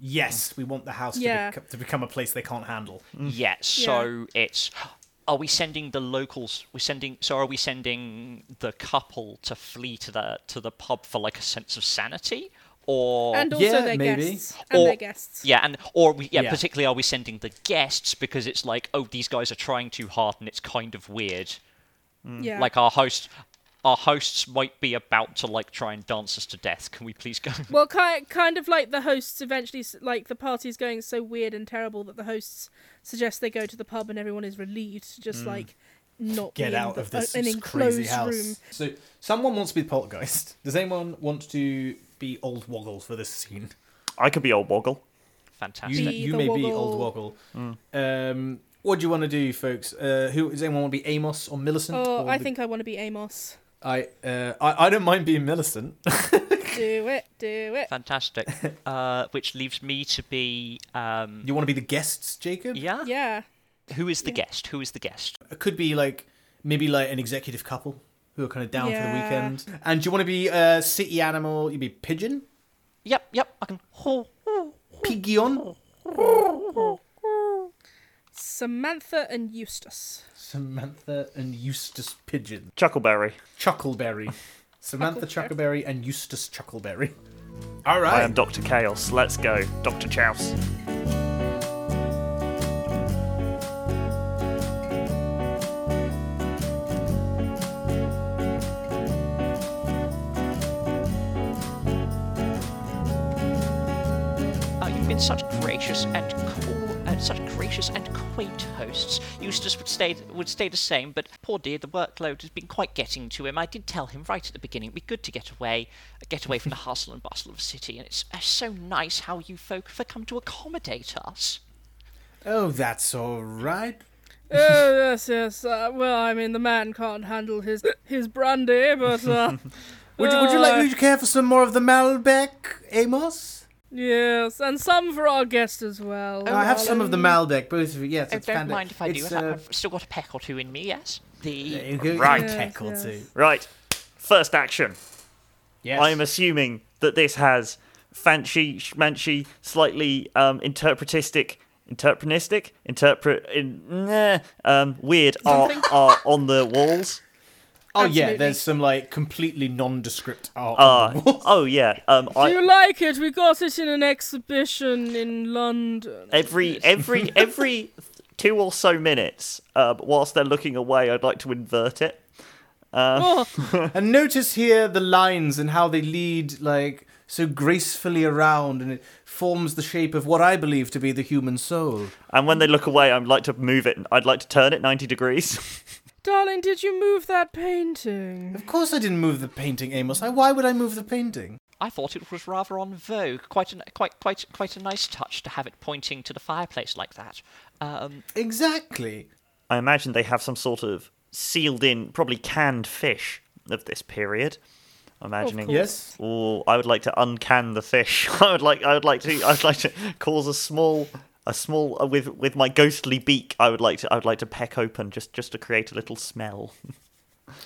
Speaker 4: Yes, we want the house
Speaker 1: Yeah.
Speaker 4: to, bec- to become a place they can't handle.
Speaker 3: Yeah, so it's are we sending the locals? We're sending. So are we sending the couple to flee to the to the pub for like a sense of sanity, or
Speaker 1: And also
Speaker 5: Yeah,
Speaker 1: their
Speaker 5: maybe.
Speaker 1: guests. And
Speaker 3: Or-
Speaker 1: their guests.
Speaker 3: yeah, and or we, yeah,
Speaker 4: Yeah.
Speaker 3: particularly are we sending the guests because it's like oh these guys are trying too hard and it's kind of weird.
Speaker 1: Yeah.
Speaker 3: Like our host, our hosts might be about to like try and dance us to death. Can we please go?
Speaker 1: Well, kind kind of like the hosts eventually, s- like the party's going so weird and terrible that the hosts suggest they go to the pub and everyone is relieved to just like not
Speaker 4: Mm. Get
Speaker 1: be in
Speaker 4: out
Speaker 1: the-
Speaker 4: of this
Speaker 1: uh, an enclosed
Speaker 4: crazy house.
Speaker 1: room.
Speaker 4: So someone wants to be the poltergeist. Does anyone want to be old Woggle for this scene?
Speaker 2: I could be old Woggle.
Speaker 3: Fantastic.
Speaker 4: You,
Speaker 1: Be
Speaker 4: you
Speaker 1: the
Speaker 4: may be
Speaker 1: Woggle.
Speaker 4: old Woggle. Um, what do you want to do, folks? Uh, who does anyone want to be Amos or Millicent?
Speaker 1: Oh,
Speaker 4: or
Speaker 1: I
Speaker 4: the-
Speaker 1: think I want to be Amos.
Speaker 4: I, uh, I I don't mind being Millicent.
Speaker 1: Do it, do it.
Speaker 3: Fantastic. uh, which leaves me to be. Um,
Speaker 4: you want to be the guests, Jacob?
Speaker 3: yeah?
Speaker 1: Yeah.
Speaker 3: Who is the guest? Who is the guest?
Speaker 4: It could be like maybe like an executive couple who are kind of down
Speaker 1: Yeah.
Speaker 4: for the weekend. And do you want to be a city animal? You'd be pigeon,
Speaker 3: Yep, yep. I can. Oh,
Speaker 4: pigeon,
Speaker 1: Samantha and Eustace.
Speaker 4: Samantha and Eustace pigeon,
Speaker 2: Chuckleberry.
Speaker 4: Chuckleberry, Samantha Chuckleberry and Eustace Chuckleberry. All
Speaker 2: I
Speaker 4: right.
Speaker 2: am Doctor Chaos. Let's go, Doctor Chouse.
Speaker 3: uh, you've been such gracious and cool, and such gracious and quaint hosts. Eustace would stay would stay the same, but poor dear, the workload has been quite getting to him. I did tell him right at the beginning it'd be good to get away, get away from the hustle and bustle of the city, and it's uh, so nice how you folk have come to accommodate us.
Speaker 4: Oh, that's all right.
Speaker 1: oh yes, yes. Uh, well, I mean, the man can't handle his his brandy, but uh,
Speaker 4: Would you, would you like?
Speaker 1: uh,
Speaker 4: Would you care for some more of the Malbec, Amos?
Speaker 1: yes, and some for our guest as well.
Speaker 4: I have
Speaker 1: um,
Speaker 4: some of the Malbec. Both of you. Yes,
Speaker 3: I
Speaker 4: it's
Speaker 3: don't
Speaker 4: fanta-
Speaker 3: mind if I do.
Speaker 4: it's,
Speaker 3: if I-
Speaker 4: uh,
Speaker 3: I've still got a peck or two in me. Yes. The
Speaker 4: you go-
Speaker 2: Right.
Speaker 1: Yes,
Speaker 4: Peck or
Speaker 1: yes.
Speaker 4: two.
Speaker 2: Right. First action.
Speaker 5: Yes.
Speaker 2: I am assuming that this has fancy, schmancy, slightly um, interpretistic, interpretistic, interpret, in, nah, um, weird art are on the walls.
Speaker 5: Oh yeah,
Speaker 1: Absolutely.
Speaker 5: there's some like completely nondescript art.
Speaker 2: Uh, oh yeah. Um,
Speaker 1: Do
Speaker 2: I,
Speaker 1: you like it? We got it in an exhibition in London.
Speaker 4: Eh.
Speaker 2: every every every two or so minutes, um, whilst they're looking away, I'd like to invert it.
Speaker 1: Oh,
Speaker 4: And notice here the lines and how they lead like so gracefully around, and it forms the shape of what I believe to be the human soul.
Speaker 2: And when they look away, I'd like to move it. I'd like to turn it 90 degrees.
Speaker 1: darling, did you move that painting?
Speaker 4: Of course, I didn't move the painting, Amos. I, why would I move the painting?
Speaker 3: I thought it was rather on vogue. Quite a quite quite quite a nice touch to have it pointing to the fireplace like that. Um,
Speaker 4: Exactly.
Speaker 2: I imagine they have some sort of sealed in, probably canned fish of this period. I'm imagining.
Speaker 1: course.
Speaker 4: Yes.
Speaker 2: Oh, I would like to uncan the fish. I would like. I would like to. I'd like to cause a small, a small uh, with with my ghostly beak. I would like to. I would like to peck open just just to create a little smell.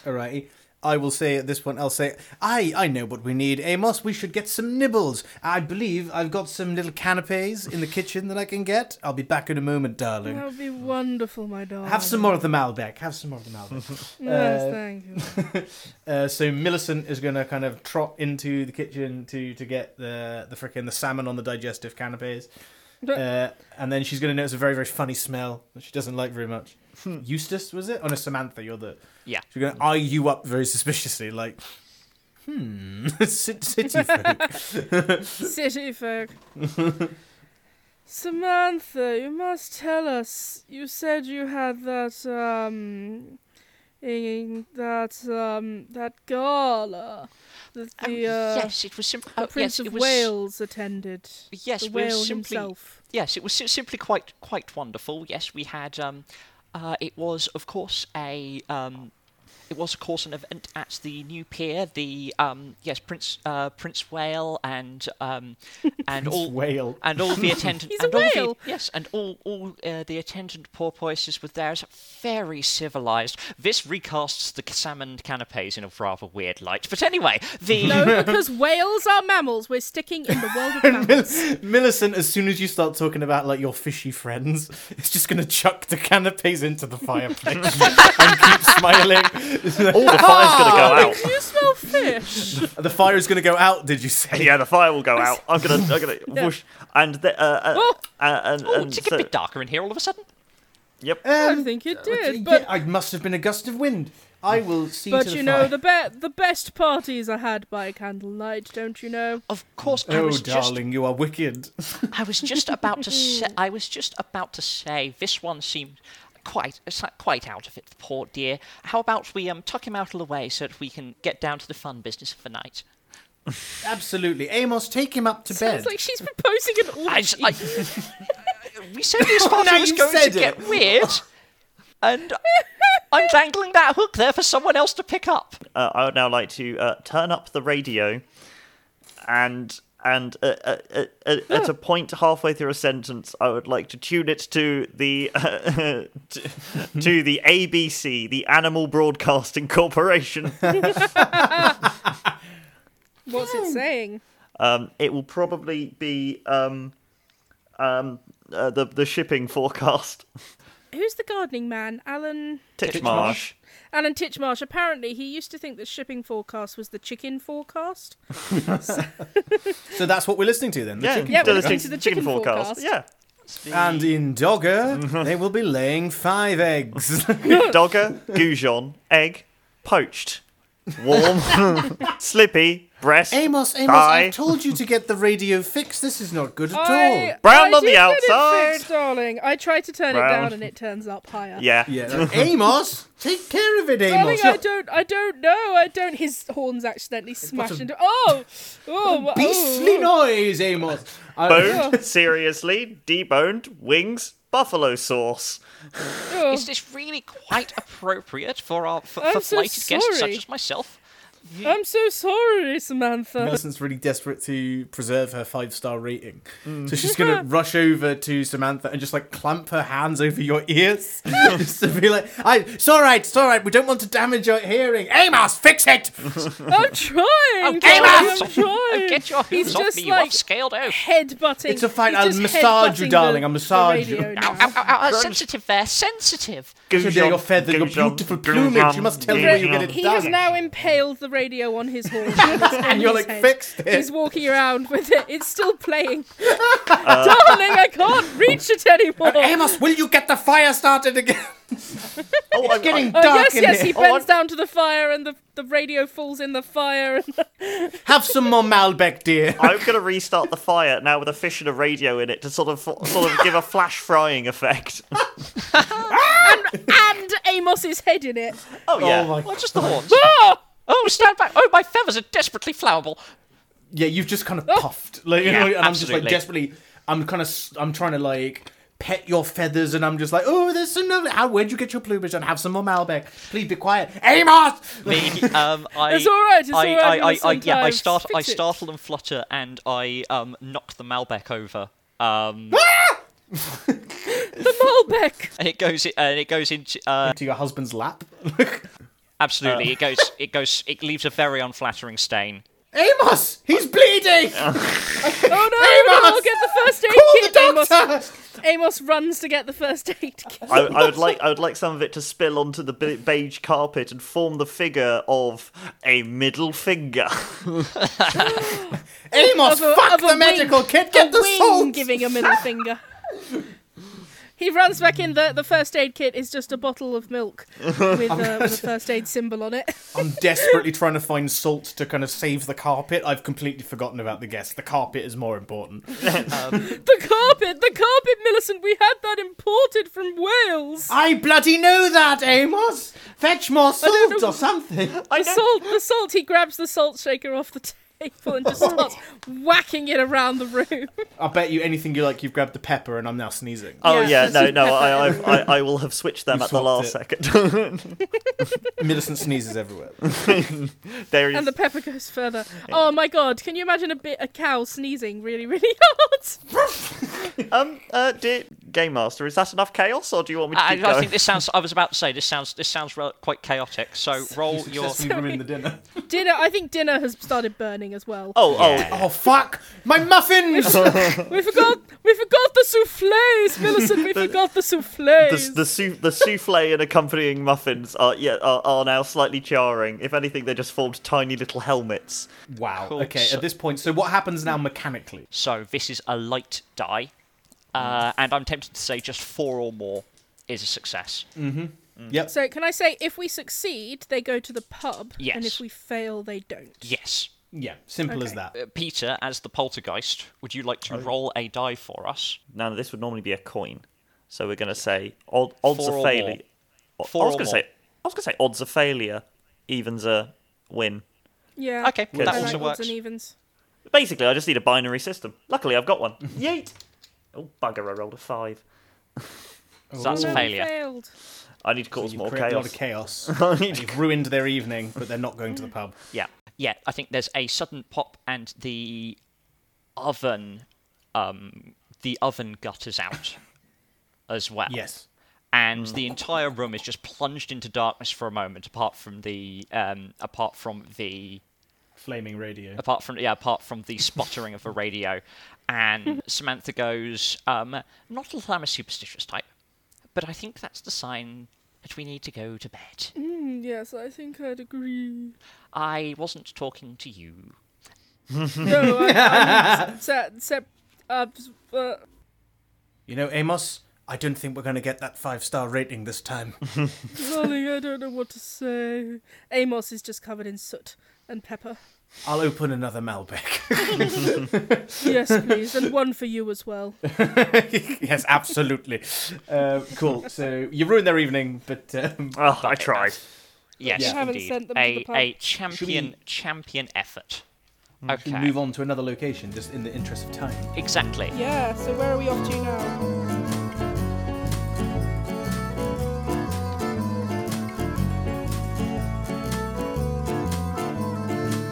Speaker 4: All right. I will say at this point, I'll say, I, I know what we need, Amos. We should get some nibbles. I believe I've got some little canapes in the kitchen that I can get. I'll be back in a moment, darling.
Speaker 1: That would be wonderful, my darling.
Speaker 4: Have some more of the Malbec. Have some more of the Malbec.
Speaker 1: Yes,
Speaker 4: uh,
Speaker 1: thank you.
Speaker 4: Uh, so Millicent is going to kind of trot into the kitchen to to get the the frickin' the salmon on the digestive canapes, uh, and then she's going to notice a very very funny smell that she doesn't like very much. Eustace was it? Oh no, Samantha, you're the.
Speaker 3: yeah.
Speaker 4: She's going to eye you up very suspiciously, like, hmm, cit- city folk.
Speaker 1: City folk. Samantha, you must tell us. You said you had that um, in, that um, that gala that
Speaker 3: Oh,
Speaker 1: the uh,
Speaker 3: yes, it was simply.
Speaker 1: the Prince
Speaker 3: yes, it
Speaker 1: of
Speaker 3: was,
Speaker 1: Wales attended.
Speaker 3: Yes,
Speaker 1: the
Speaker 3: we were
Speaker 1: whale
Speaker 3: simply.
Speaker 1: himself.
Speaker 3: Yes, it was si- simply quite quite wonderful. Yes, we had. Um, uh, it was of course a. Um, it was of course an event at the new pier. The um, yes, Prince uh, Prince Whale and um, and all
Speaker 5: whale.
Speaker 3: and all the attendant
Speaker 1: He's a
Speaker 3: and all the,
Speaker 1: whale.
Speaker 3: yes and all all uh, the attendant porpoises were there. It's very civilized. This recasts the salmon canapes in a rather weird light. But anyway, the
Speaker 1: No, because whales are mammals. We're sticking in the world of mammals.
Speaker 4: Millicent, as soon as you start talking about like your fishy friends, it's just going to chuck the canapes into the fireplace and keep smiling.
Speaker 2: All Oh, the fire's
Speaker 3: Ah!
Speaker 2: gonna go
Speaker 1: Do you smell fish?
Speaker 4: the fire is going to go out. Did you say?
Speaker 2: out. Yeah, the fire will go out. I'm gonna. I'm gonna whoosh. And the, uh, uh,
Speaker 1: Oh,
Speaker 2: uh, and,
Speaker 3: oh,
Speaker 2: and
Speaker 3: it's a
Speaker 2: so-
Speaker 3: bit darker in here all of a sudden.
Speaker 2: yep.
Speaker 1: I
Speaker 4: Um,
Speaker 1: don't think it
Speaker 4: Yeah,
Speaker 1: did, but
Speaker 4: I must have been a gust of wind. I will see to
Speaker 1: but
Speaker 4: the
Speaker 1: you know
Speaker 4: fire.
Speaker 1: the be- the best parties are had by candlelight, don't you know?
Speaker 3: Of course, I
Speaker 4: Oh,
Speaker 3: was just
Speaker 4: darling, you are wicked.
Speaker 3: I was just about to say. I was just about to say. This one seemed quite it's like quite out of it. The poor dear. How about we um tuck him out of the way so that we can get down to the fun business of the night?
Speaker 4: Absolutely, Amos, take him up to
Speaker 1: Sounds
Speaker 4: bed.
Speaker 1: like she's proposing an
Speaker 3: I,
Speaker 1: orgy.
Speaker 3: just- I, we said this party
Speaker 4: now
Speaker 3: was
Speaker 4: you've
Speaker 3: going to
Speaker 4: said
Speaker 3: get
Speaker 4: it.
Speaker 3: weird, and I'm dangling that hook there for someone else to pick up.
Speaker 2: uh, I would now like to uh, turn up the radio, and and uh, uh, uh, uh, at a point halfway through a sentence, I would like to tune it to the uh, to, to the ABC, the Animal Broadcasting Corporation.
Speaker 1: What's it saying?
Speaker 2: Um, it will probably be um, um, uh, the the shipping forecast.
Speaker 1: Who's the gardening man? Alan
Speaker 2: Titchmarsh.
Speaker 1: Alan Titchmarsh. Apparently, he used to think that shipping forecast was the chicken forecast.
Speaker 4: So that's what we're listening to then. the
Speaker 2: Yeah,
Speaker 4: chicken-
Speaker 1: Yeah, we're
Speaker 2: do
Speaker 1: listening to the chicken forecast.
Speaker 2: Yeah,
Speaker 4: And in Dogger, they will be laying five eggs.
Speaker 2: Dogger, goujon, egg, poached, warm, slippy, breast,
Speaker 4: Amos, Amos,
Speaker 2: thigh,
Speaker 4: I told you to get the radio fixed. This is not good at
Speaker 1: I,
Speaker 4: all.
Speaker 2: Brown
Speaker 1: I
Speaker 2: on the
Speaker 1: did get it
Speaker 2: outside.
Speaker 1: fixed, darling. I tried to turn it
Speaker 2: Brown.
Speaker 1: down and it turns up higher.
Speaker 2: yeah,
Speaker 4: Yeah, like, Amos, take care of it,
Speaker 1: Darling,
Speaker 4: Amos.
Speaker 1: I
Speaker 4: You're-
Speaker 1: don't, I don't know, I don't. His horns accidentally smash into. Oh, oh, wha- oh,
Speaker 4: Beastly
Speaker 1: oh.
Speaker 4: noise, Amos. I-
Speaker 2: boned, seriously, deboned, wings, buffalo sauce.
Speaker 1: Oh,
Speaker 3: Is this really quite appropriate for our for,
Speaker 1: I'm
Speaker 3: for
Speaker 1: so
Speaker 3: flighted guests
Speaker 1: sorry.
Speaker 3: such as myself?
Speaker 1: oh, I'm so sorry, Samantha.
Speaker 4: Millicent's really desperate to preserve her five star rating. So she's going to rush over to Samantha and just like clamp her hands over your ears. just to be like, I, it's all right, it's all right. We don't want to damage your hearing. Amos, fix it!
Speaker 1: I'm trying.
Speaker 3: Oh,
Speaker 1: darling,
Speaker 3: get off!
Speaker 1: I'm trying.
Speaker 3: Get your hooves
Speaker 1: He's
Speaker 3: off
Speaker 1: just
Speaker 3: me,
Speaker 1: like
Speaker 3: you scaled out.
Speaker 1: head butting.
Speaker 4: It's a fine, I'll massage you, darling, I'll massage you.
Speaker 3: Ow, ow, ow, ow, sensitive there, sensitive.
Speaker 4: Today your feather, your beautiful plumage. You must tell me where you get it
Speaker 1: He
Speaker 4: done.
Speaker 1: has now impaled the radio on his horn, and, it's on
Speaker 4: and you're
Speaker 1: his
Speaker 4: like,
Speaker 1: head.
Speaker 4: fixed it.
Speaker 1: He's walking around with it. It's still playing. Darling, I can't reach
Speaker 4: Uh,
Speaker 1: it anymore.
Speaker 4: Amos, will you get the fire started again?
Speaker 2: Oh, I'm,
Speaker 4: Getting
Speaker 1: Oh,
Speaker 4: dark
Speaker 1: yes,
Speaker 4: in
Speaker 1: yes,
Speaker 4: here.
Speaker 1: he bends down to the fire and the, the radio falls in the fire. And
Speaker 4: Have some more Malbec, dear.
Speaker 2: I- I'm gonna restart the fire now with a fish and a radio in it to sort of sort of give a flash frying effect.
Speaker 1: and Amos's head in it.
Speaker 2: Oh yeah.
Speaker 4: my
Speaker 3: Well, just the horns.
Speaker 1: Ah!
Speaker 3: oh, stand back. Oh, my feathers are desperately flammable.
Speaker 4: yeah, you've just kind of
Speaker 1: Oh.
Speaker 4: puffed, like, you
Speaker 3: Yeah,
Speaker 4: know, and I'm just like
Speaker 3: absolutely.
Speaker 4: desperately. I'm kind of, I'm trying to like pet your feathers, and I'm just like, oh, there's some lovely. How where'd you get your plumage? And have some more Malbec. Please be quiet, Amos.
Speaker 3: Me, um, I,
Speaker 1: It's all right, it's
Speaker 3: I,
Speaker 1: all right,
Speaker 3: I, I, I,
Speaker 1: Millicent,
Speaker 3: yeah, I
Speaker 1: I've
Speaker 3: start, I
Speaker 1: fixed it.
Speaker 3: startle and flutter, and I um, knock the Malbec over. Um,
Speaker 1: The Malbec.
Speaker 3: and it goes, and it goes into uh,
Speaker 4: to your husband's lap,
Speaker 3: absolutely. It goes, it goes, it leaves a very unflattering stain.
Speaker 4: Amos. He's bleeding.
Speaker 1: Oh no, no,
Speaker 4: Amos!
Speaker 1: I'll get the first aid
Speaker 4: Call
Speaker 1: kit.
Speaker 4: the
Speaker 1: Amos,
Speaker 4: doctor.
Speaker 1: Amos runs to get the first aid kit.
Speaker 2: I, I would like I would like some of it to spill onto the be- beige carpet and form the figure of a middle finger.
Speaker 4: Amos,
Speaker 1: Of a-
Speaker 4: fuck
Speaker 1: of a
Speaker 4: the medical
Speaker 1: wing-
Speaker 4: kit.
Speaker 1: a
Speaker 4: Get the
Speaker 1: wing
Speaker 4: salt.
Speaker 1: giving a middle finger. He runs back in. The, the first aid kit is just a bottle of milk with, uh, with a first aid symbol on it.
Speaker 4: I'm desperately trying to find salt to kind of save the carpet. I've completely forgotten about the guest. The carpet is more important.
Speaker 1: The carpet, the carpet, Millicent, we had that imported from Wales.
Speaker 4: I bloody know that, Amos. Fetch more salt or something.
Speaker 1: the salt, the salt, he grabs the salt shaker off the table and just starts whacking it around the room.
Speaker 4: I'll bet you anything you like, you've grabbed the pepper and I'm now sneezing.
Speaker 2: Oh
Speaker 1: Yeah.
Speaker 2: yeah, no, no, I, I, I, I will have switched them
Speaker 4: You
Speaker 2: at the last
Speaker 4: swapped
Speaker 2: second.
Speaker 4: Millicent sneezes everywhere.
Speaker 2: there is
Speaker 1: And the pepper goes further. Oh my god, can you imagine a bit a cow sneezing really, really hard?
Speaker 2: um uh, dear game master, is that enough chaos, or do you want me to
Speaker 3: I,
Speaker 2: keep
Speaker 3: I
Speaker 2: going?
Speaker 3: think this sounds. I was about to say this sounds. This sounds rel- quite chaotic. So roll your.
Speaker 4: Successfully ruined the dinner.
Speaker 1: Dinner I think dinner has started burning as well.
Speaker 2: Oh oh.
Speaker 4: Oh fuck! My muffins!
Speaker 1: We forgot we forgot the souffles, Millicent, we forgot the souffles.
Speaker 2: The, s- the, sou- the souffle and accompanying muffins are yeah are, are now slightly jarring. If anything, they just formed tiny little helmets.
Speaker 4: wow.
Speaker 3: Cool.
Speaker 4: Okay,
Speaker 3: So-
Speaker 4: at this point, so what happens now mechanically?
Speaker 3: So this is a light die, uh, and I'm tempted to say just four or more is a success.
Speaker 4: Yep.
Speaker 1: so can I say if we succeed, they go to the pub, and
Speaker 3: Yes.
Speaker 1: if we fail, they don't.
Speaker 3: Yes.
Speaker 4: Yeah, simple as
Speaker 1: Okay.
Speaker 4: that.
Speaker 3: Uh, Peter, as the poltergeist, would you like to roll a die for us?
Speaker 2: Now this would normally be a coin, so we're gonna say od- odds
Speaker 3: Four
Speaker 2: of
Speaker 3: or
Speaker 2: failure.
Speaker 3: Four
Speaker 2: I was
Speaker 3: or
Speaker 2: gonna
Speaker 3: more.
Speaker 2: say I was gonna say odds of failure, evens a win.
Speaker 1: Yeah.
Speaker 3: Okay, well,
Speaker 2: that
Speaker 1: I
Speaker 2: also
Speaker 1: like odds
Speaker 3: works.
Speaker 1: and evens.
Speaker 2: Basically, I just need a binary system. Luckily, I've got one. Yeet! Oh, bugger, I rolled a five.
Speaker 3: So that's
Speaker 1: No,
Speaker 3: a
Speaker 1: we
Speaker 3: failure.
Speaker 1: failed.
Speaker 2: I need to cause
Speaker 4: You
Speaker 2: more
Speaker 4: create a lot of
Speaker 2: chaos.
Speaker 4: chaos.
Speaker 2: I need to-
Speaker 4: You've ruined their evening, but they're not going to the pub.
Speaker 3: Yeah. Yeah, I think there's a sudden pop and the oven um the oven gutters out as well.
Speaker 4: Yes.
Speaker 3: And the entire room is just plunged into darkness for a moment apart from the um apart from the
Speaker 4: Flaming radio.
Speaker 3: apart from yeah, apart from the sputtering of a radio. And Samantha goes, um, not that I'm a superstitious type, but I think that's the sign that we need to go to bed.
Speaker 1: Mm, Yes, I think I'd agree.
Speaker 3: I wasn't talking to you.
Speaker 1: No, I, I mean, se- se- uh, uh,
Speaker 4: You know, Amos, I don't think we're going to get that five star rating this time.
Speaker 1: darling, I don't know what to say. Amos is just covered in soot and pepper.
Speaker 4: I'll open another Malbec.
Speaker 1: Yes, please, and one for you as well.
Speaker 4: yes, absolutely. Uh, cool. So you ruined their evening, but um,
Speaker 2: Oh, I tried.
Speaker 3: Yes,
Speaker 4: You
Speaker 1: haven't
Speaker 3: indeed.
Speaker 1: sent them to
Speaker 3: a,
Speaker 1: the pub.
Speaker 3: a
Speaker 4: Should we- Mm,
Speaker 3: champion champion effort.
Speaker 4: we
Speaker 3: Okay.
Speaker 4: move on to another location just in the interest of time.
Speaker 3: Exactly.
Speaker 1: Yeah, so where are we off to now?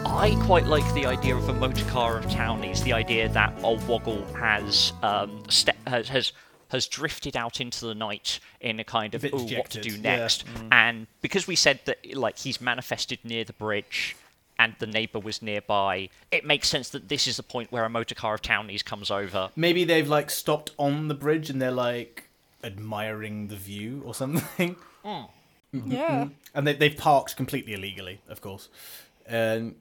Speaker 3: I quite like the idea of a motor car of townies. The idea that a woggle has um, ste- has, has has drifted out into the night in a kind of
Speaker 4: bit
Speaker 3: "Ooh, what to
Speaker 4: dejected,
Speaker 3: do
Speaker 4: yeah. mm.
Speaker 3: next, and because we said that like he's manifested near the bridge. And the neighbour was nearby. It makes sense that this is the point where a motor car of townies comes over.
Speaker 4: Maybe they've like stopped on the bridge and they're like admiring the view or something.
Speaker 1: Yeah.
Speaker 4: And they, they've parked completely illegally, of course. Um,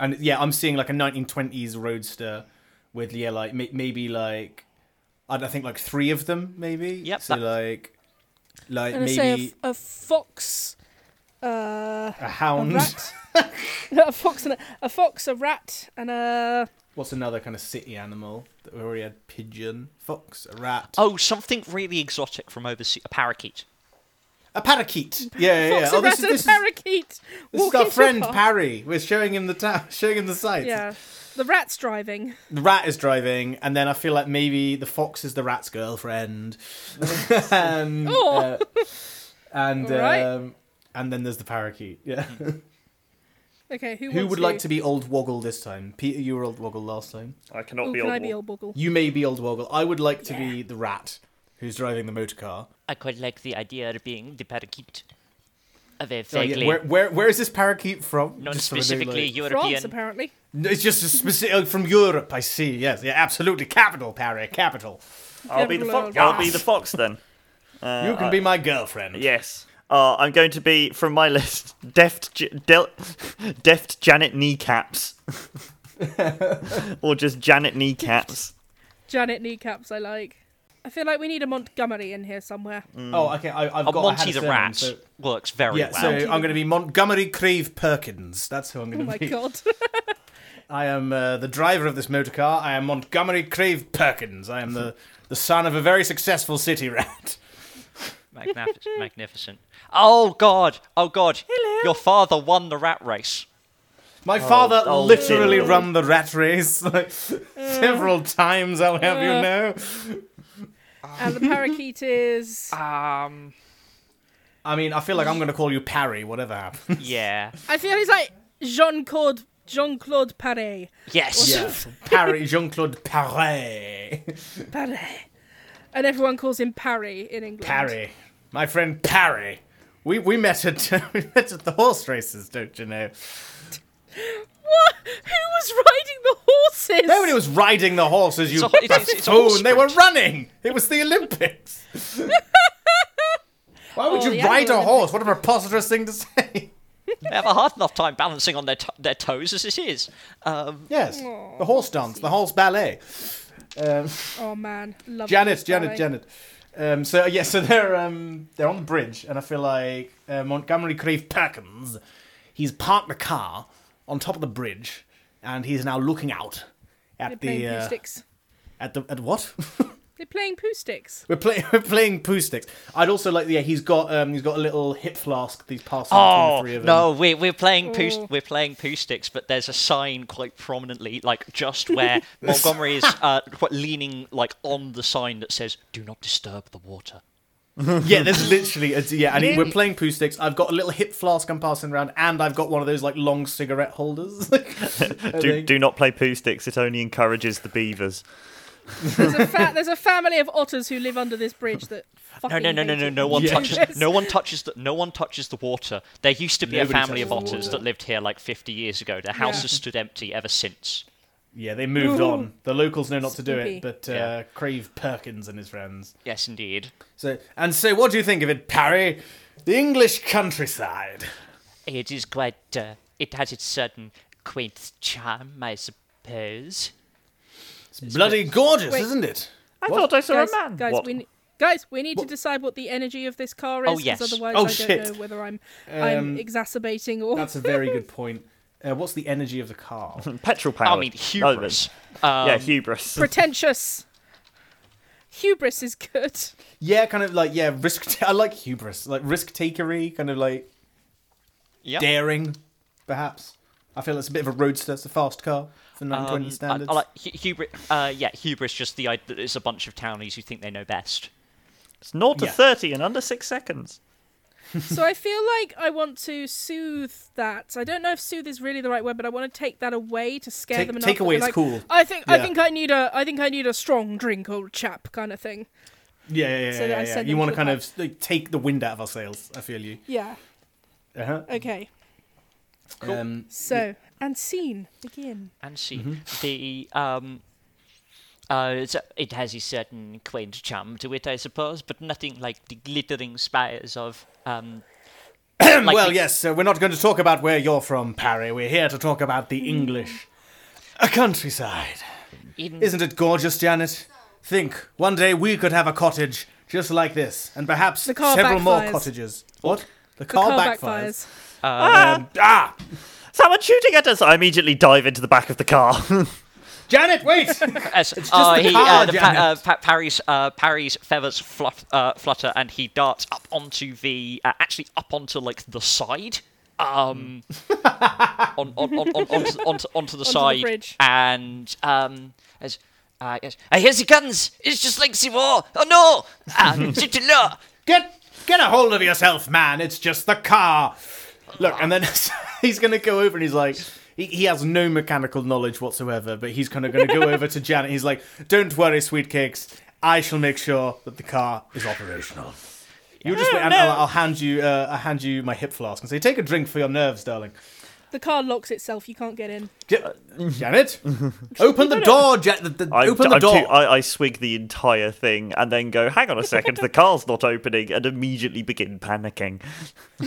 Speaker 4: and yeah, I'm seeing like a 1920s roadster with yeah, like may, maybe like I don't- I think like three of them, maybe.
Speaker 3: Yep,
Speaker 4: So
Speaker 3: that-
Speaker 4: like, like
Speaker 1: And I
Speaker 4: maybe
Speaker 1: say a f- a, fox, uh,
Speaker 4: a
Speaker 1: a
Speaker 4: hound.
Speaker 1: rat, no, a fox and a, a fox, a rat, and a
Speaker 4: What's another kind of city animal that we already had? Pigeon, fox, a rat,
Speaker 3: Oh, something really exotic from overseas. A parakeet.
Speaker 4: a parakeet. Yeah, yeah. yeah.
Speaker 1: fox,
Speaker 4: Oh,
Speaker 1: a rat,
Speaker 4: this is
Speaker 1: and
Speaker 4: this
Speaker 1: a
Speaker 4: is,
Speaker 1: parakeet.
Speaker 4: this is
Speaker 1: walking
Speaker 4: our
Speaker 1: to a
Speaker 4: friend
Speaker 1: park.
Speaker 4: Parry. We're showing him the town, showing him the site.
Speaker 1: Yeah, the rat's driving.
Speaker 4: The rat is driving, and then I feel like maybe the fox is the rat's girlfriend. and
Speaker 1: Oh.
Speaker 4: uh, and
Speaker 1: All right.
Speaker 4: um, and then there's the parakeet. Yeah.
Speaker 1: Okay, who,
Speaker 4: Who
Speaker 1: wants
Speaker 4: would like to be old Woggle this time? Peter, you were old Woggle last time.
Speaker 2: I cannot
Speaker 1: Ooh,
Speaker 2: be
Speaker 1: can
Speaker 2: Oh, old.
Speaker 1: I be
Speaker 2: Wal-
Speaker 1: old Boggle?
Speaker 4: You may be old Woggle. I would like to be the rat who's driving the motor car.
Speaker 3: I quite like the idea of being the parakeet. Of a
Speaker 4: Oh, yeah,
Speaker 3: vaguely
Speaker 4: Where, where where is this parakeet from? Just so they know,
Speaker 3: non-specifically
Speaker 4: like-
Speaker 3: European.
Speaker 1: France, apparently.
Speaker 4: No, it's just a specific oh, from Europe. I see. Yes. Yeah. Absolutely. Capital, Parry. Capital.
Speaker 2: I'll be the
Speaker 1: Never
Speaker 2: fox.
Speaker 1: mind.
Speaker 2: I'll be the fox then. Uh,
Speaker 4: you can
Speaker 2: I-
Speaker 4: be my girlfriend.
Speaker 2: Yes. Uh, I'm going to be from my list. Deft, J- Del- deft Janet kneecaps, or just Janet kneecaps.
Speaker 1: Janet kneecaps, I like. I feel like we need a Montgomery in here somewhere.
Speaker 4: Oh, okay. I, I've
Speaker 3: Oh,
Speaker 4: got I had
Speaker 3: Monty
Speaker 4: a
Speaker 3: the
Speaker 4: surname,
Speaker 3: Rat Oh,
Speaker 4: so-
Speaker 3: works very
Speaker 4: Yeah,
Speaker 3: well.
Speaker 4: so I'm going to be Montgomery Creve Perkins. That's who I'm
Speaker 1: Oh
Speaker 4: going to
Speaker 1: my
Speaker 4: be.
Speaker 1: god.
Speaker 4: I am uh, the driver of this motor car. I am Montgomery Creve Perkins. I am the, the son of a very successful city rat.
Speaker 3: Magnificent. magnificent. Oh god! Oh god! Your father won the rat race.
Speaker 4: My father
Speaker 2: oh,
Speaker 4: literally
Speaker 2: dear.
Speaker 4: run the rat race like several times. I'll have you
Speaker 1: Uh.
Speaker 4: know.
Speaker 1: and the parakeet is.
Speaker 4: Ah.
Speaker 3: Um.
Speaker 4: I mean, I feel like I'm going to call you Parry, whatever happens.
Speaker 3: Yeah.
Speaker 1: I feel he's like Jean Claude Jean Claude Paré.
Speaker 3: Yes.
Speaker 4: Parry, Jean Claude Parry.
Speaker 1: Paré. And everyone calls him Parry in England.
Speaker 4: Parry, my friend Parry. We we met at we met at the horse races, don't you know?
Speaker 1: What? Who was riding the horses?
Speaker 4: Nobody was riding the horses, you
Speaker 3: It's a- it's- it's a
Speaker 4: buffoon.
Speaker 3: horse
Speaker 4: Oh, They were
Speaker 3: sprint.
Speaker 4: running. It was the Olympics. Why would
Speaker 1: Oh, the
Speaker 4: you ride a
Speaker 1: annual
Speaker 4: horse? What a preposterous thing to say.
Speaker 3: They have a hard enough time balancing on their to- their toes as it is. Um.
Speaker 4: Yes, the horse dance, the horse ballet. Um,
Speaker 1: Oh man, love
Speaker 4: Janet,
Speaker 1: it,
Speaker 4: Janet,
Speaker 1: Paré.
Speaker 4: Janet. Um, so yeah, so they're um, they're on the bridge, and I feel like uh, Montgomery Creve Perkins, he's parked the car on top of the bridge, and he's now looking out
Speaker 1: They're
Speaker 4: at
Speaker 1: playing
Speaker 4: the
Speaker 1: poo
Speaker 4: uh,
Speaker 1: sticks.
Speaker 4: at the at what?
Speaker 1: They're playing poo sticks.
Speaker 4: We're playing we're playing poo sticks. I'd also like yeah, he's got um he's got a little hip flask that he's passing between the
Speaker 3: Oh
Speaker 4: three of them.
Speaker 3: no, we we're playing poo
Speaker 1: Oh.
Speaker 3: we're playing poo sticks, but there's a sign quite prominently, like just where Montgomery is uh, quite leaning like on the sign that says "Do not disturb the water."
Speaker 4: Yeah, there's literally a, yeah, and he- we're playing poo sticks. I've got a little hip flask I'm passing around, and I've got one of those like long cigarette holders.
Speaker 2: Do, do not play poo sticks. It only encourages the beavers.
Speaker 1: There's a, fa- there's a family of otters who live under this bridge that.
Speaker 3: No,
Speaker 1: fucking
Speaker 3: no, no, no,
Speaker 1: hate
Speaker 3: no,
Speaker 1: it.
Speaker 3: no one
Speaker 1: Yes.
Speaker 3: touches. No one touches the. No one touches the water. There used to be a
Speaker 4: Nobody
Speaker 3: family
Speaker 4: touches
Speaker 3: of
Speaker 4: the
Speaker 3: otters
Speaker 4: water.
Speaker 3: that lived here like 50 years ago. Their house
Speaker 1: Yeah.
Speaker 3: has stood empty ever since.
Speaker 4: yeah, they moved
Speaker 1: Ooh.
Speaker 4: on. The locals know not to do
Speaker 1: Spooky.
Speaker 4: it, but uh,
Speaker 3: Yeah.
Speaker 4: Crave Perkins and his friends.
Speaker 3: Yes, indeed.
Speaker 4: So and so, what do you think of it, Parry? The English countryside.
Speaker 3: It is quite. Uh, it has its certain quaint charm, I suppose.
Speaker 4: It's bloody gorgeous,
Speaker 1: Wait.
Speaker 4: isn't it?
Speaker 2: I thought I saw
Speaker 1: Guys,
Speaker 2: a man.
Speaker 1: guys,
Speaker 2: What?
Speaker 1: we ne- guys, we need to decide what the energy of this car is.
Speaker 3: Oh,
Speaker 1: 'cause
Speaker 3: yes.
Speaker 1: Otherwise,
Speaker 4: Oh,
Speaker 1: I don't
Speaker 4: shit.
Speaker 1: know whether I'm I'm
Speaker 4: Um,
Speaker 1: exacerbating or
Speaker 4: That's a very good point. Uh, what's the energy of the car?
Speaker 2: Petrol power. Oh,
Speaker 3: I mean, hubris. Um,
Speaker 2: yeah, hubris.
Speaker 1: pretentious. Hubris is good.
Speaker 4: Yeah, kind of like yeah, risk. I like hubris, like risk takery, kind of like
Speaker 3: yeah.
Speaker 4: daring, perhaps. I feel it's a bit of a roadster. It's a fast car for 920
Speaker 3: Um, I-
Speaker 4: standards.
Speaker 3: I, like hu- hubris. Uh, yeah, hubris. Just the uh, idea that it's a bunch of townies who think they know best.
Speaker 2: It's 0 to
Speaker 4: Yeah.
Speaker 2: 30 in under six seconds.
Speaker 1: so I feel like I want to soothe that. I don't know if soothe is really the right word, but I want to take that away to scare
Speaker 4: Take,
Speaker 1: them enough.
Speaker 4: take
Speaker 1: that
Speaker 4: away,
Speaker 1: they're
Speaker 4: it's
Speaker 1: like,
Speaker 4: cool.
Speaker 1: I think I
Speaker 4: Yeah.
Speaker 1: think I need a I think I need a strong drink, old chap, kind of thing.
Speaker 4: Yeah, yeah, yeah.
Speaker 1: So that I
Speaker 4: yeah, yeah.
Speaker 1: send
Speaker 4: You
Speaker 1: them
Speaker 4: want
Speaker 1: to
Speaker 4: to kind
Speaker 1: the
Speaker 4: of like, take the wind out of our sails. I feel you.
Speaker 1: Yeah.
Speaker 4: Uh-huh.
Speaker 1: Okay.
Speaker 5: Um,
Speaker 1: So and scene begin.
Speaker 3: and see
Speaker 4: Mm-hmm.
Speaker 3: the um uh, it's, it has a certain quaint charm to it, I suppose, but nothing like the glittering spires of um. like
Speaker 4: well,
Speaker 3: the-
Speaker 4: yes, so we're not going to talk about where you're from, Parry. We're here to talk about the English. A countryside.
Speaker 3: in-
Speaker 4: Isn't it gorgeous, Janet? Think, one day we could have a cottage just like this, and perhaps
Speaker 1: The car
Speaker 4: several more
Speaker 1: backfires.
Speaker 4: cottages. What?
Speaker 1: The
Speaker 4: The car,
Speaker 1: car
Speaker 4: backfires.
Speaker 1: backfires.
Speaker 4: Um, ah!
Speaker 2: Someone shooting at us! I immediately dive into the back of the car.
Speaker 4: Janet, wait!
Speaker 3: As
Speaker 4: just
Speaker 3: uh,
Speaker 4: the
Speaker 3: he,
Speaker 4: car,
Speaker 3: uh, the pa-
Speaker 4: Janet.
Speaker 3: uh, pa- Parry's, uh, Parry's feathers fluff, uh, flutter, and he darts up onto the uh, actually up onto like the side, um, on, on, on, on, onto, onto, onto the side,
Speaker 1: bridge.
Speaker 3: and um, as uh, yes, uh, here's the guns. It's just like the war. Oh no! Um, Zitila!
Speaker 4: Get get a hold of yourself, man. It's just the car. Look, and then he's going to go over and he's like, he, he has no mechanical knowledge whatsoever, but he's kind of going to go over to Janet. He's like, don't worry, sweet cakes. I shall make sure that the car is operational. You just wait, and I'll, I'll hand you, uh, I'll hand you my hip flask and say, take a drink for your nerves, darling.
Speaker 1: The car locks itself. You can't get in.
Speaker 4: Ja- Janet, open the door. Ja- the, the,
Speaker 2: I'm,
Speaker 4: open the
Speaker 2: I'm
Speaker 4: door.
Speaker 2: Too, I, I swig the entire thing and then go, hang on a second, the car's not opening, and immediately begin panicking.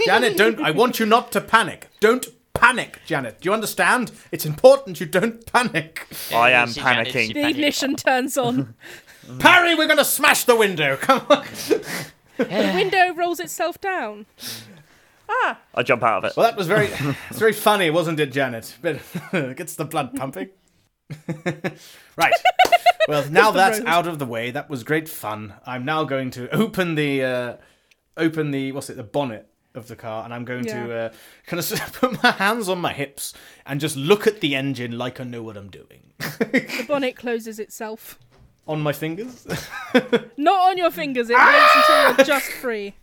Speaker 4: Janet, don't. I want you not to panic. Don't panic, Janet. Do you understand? It's important you don't panic.
Speaker 2: I am
Speaker 3: Lucy Janet,
Speaker 2: panicking.
Speaker 1: The
Speaker 3: she panic-
Speaker 1: ignition turns on.
Speaker 2: Mm.
Speaker 4: Parry, we're gonna smash the window. Come on.
Speaker 1: the window rolls itself down.
Speaker 2: I jump out of it.
Speaker 4: Well, that was very, it's very funny, wasn't it, Janet? But it gets the blood pumping. right. Well, now that's
Speaker 1: road.
Speaker 4: out of the way. That was great fun. I'm now going to open the, uh, open the what's it, the bonnet of the car, and I'm going to
Speaker 1: Yeah.
Speaker 4: uh, kind of put my hands on my hips and just look at the engine like I know what I'm doing
Speaker 1: The bonnet closes itself.
Speaker 4: on my fingers.
Speaker 1: Not on your fingers. It waits until
Speaker 2: Ah!
Speaker 1: you're just free.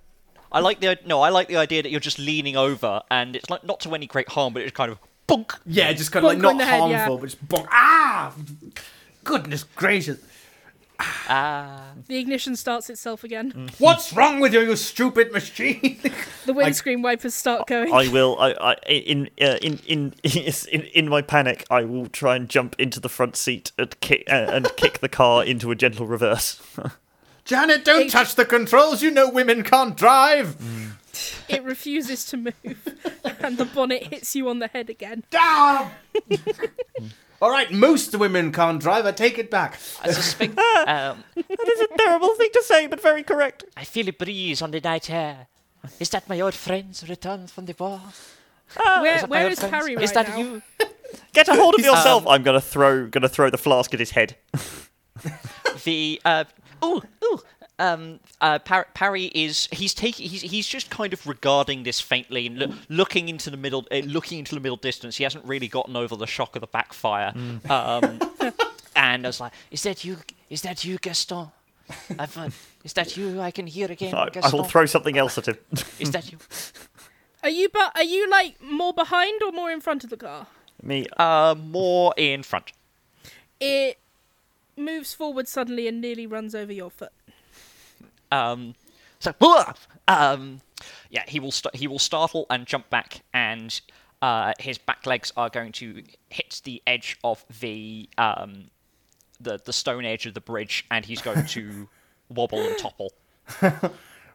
Speaker 3: I like the no. I like the idea that you're just leaning over, and it's like not to any great harm, but it's kind of bonk.
Speaker 4: Yeah, just kind of like
Speaker 1: Bonk on
Speaker 4: not
Speaker 1: the head,
Speaker 4: harmful,
Speaker 1: yeah.
Speaker 4: but just bonk. Ah, goodness gracious!
Speaker 3: Ah.
Speaker 1: The ignition starts itself
Speaker 2: Mm.
Speaker 1: again.
Speaker 4: What's wrong with you, you stupid machine?
Speaker 1: The windscreen wipers start going.
Speaker 2: I will. I, I in, uh, in in in in my panic, I will try and jump into the front seat and kick uh, and kick the car into a gentle reverse.
Speaker 4: Janet, don't
Speaker 1: Hey.
Speaker 4: touch the controls. You know women can't drive.
Speaker 1: It refuses to move, and the bonnet hits you on the head again.
Speaker 4: Ah! All right, most women can't drive. I take it back.
Speaker 3: I suspect. um,
Speaker 2: that is a terrible thing to say, but very correct.
Speaker 3: I feel a breeze on the night air. Is that my old friends returned from the war?
Speaker 1: Where,
Speaker 3: Ah! that my
Speaker 1: where
Speaker 3: old
Speaker 1: is
Speaker 3: friends?
Speaker 1: Parry right
Speaker 3: Is that
Speaker 1: now?
Speaker 3: you?
Speaker 2: Get a hold of
Speaker 4: um,
Speaker 2: yourself. I'm gonna throw gonna throw the flask at his head.
Speaker 3: The uh, oh oh. Um, uh, Par- Parry is he's taking he's he's just kind of regarding this faintly and loo- looking into the middle uh, looking into the middle distance. He hasn't really gotten over the shock of the backfire.
Speaker 2: Mm.
Speaker 3: Um, and I was like, is that you? Is that you, Gaston? I've, uh, is that you? I can hear again,
Speaker 2: I, I
Speaker 3: Gaston.
Speaker 2: will throw something else at him.
Speaker 3: Is that you?
Speaker 1: Are you but are you like more behind or more in front of the car?
Speaker 2: Me.
Speaker 3: Uh, more in front.
Speaker 1: It moves forward suddenly and nearly runs over your foot.
Speaker 3: Um, so, "Whoa!" um, yeah, he will st- he will startle and jump back, and uh, his back legs are going to hit the edge of the um, the the stone edge of the bridge, and he's going to wobble and topple.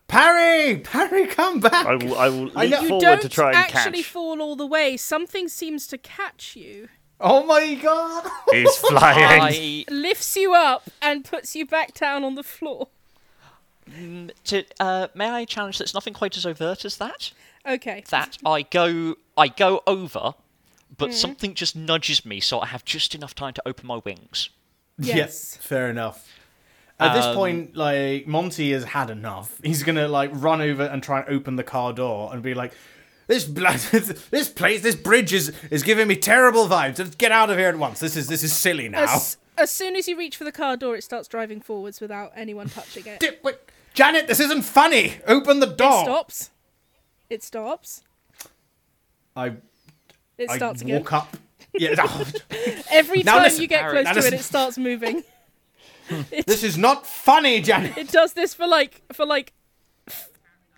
Speaker 4: Parry, Parry, come back.
Speaker 2: I will. I will
Speaker 4: I
Speaker 2: leap
Speaker 4: know- You
Speaker 1: You
Speaker 2: forward
Speaker 1: don't
Speaker 2: to try and
Speaker 1: actually
Speaker 2: catch.
Speaker 1: fall all the way. Something seems to catch you,
Speaker 4: Oh my god.
Speaker 2: He's flying.
Speaker 3: I
Speaker 1: lifts you up, and puts you back down on the floor.
Speaker 3: to, uh, may I challenge that's nothing quite as overt as that.
Speaker 1: Okay.
Speaker 3: That I go I go over, but something just nudges me, so I have just enough time to open my wings.
Speaker 1: Yes. Um,
Speaker 4: Yep, fair enough. At this point, like Monty has had enough. He's gonna like run over and try and open the car door and be like, "This blood, this place, this bridge is is giving me terrible vibes. Let's get out of here at once. This is this is silly now."
Speaker 1: As, as soon as you reach for the car door, it starts driving forwards without anyone touching it.
Speaker 4: Di- wait, Janet, this isn't funny. Open the door.
Speaker 1: Stops.
Speaker 6: It stops.
Speaker 4: I,
Speaker 6: It
Speaker 4: I
Speaker 6: starts
Speaker 4: walk
Speaker 6: again.
Speaker 4: up. Yeah, no,
Speaker 6: Every
Speaker 4: Now
Speaker 6: time
Speaker 4: listen,
Speaker 6: you get
Speaker 3: Aaron,
Speaker 6: close
Speaker 4: now
Speaker 6: to it,
Speaker 4: listen.
Speaker 6: it starts moving.
Speaker 4: this is not funny, Janet.
Speaker 6: It does this for like for like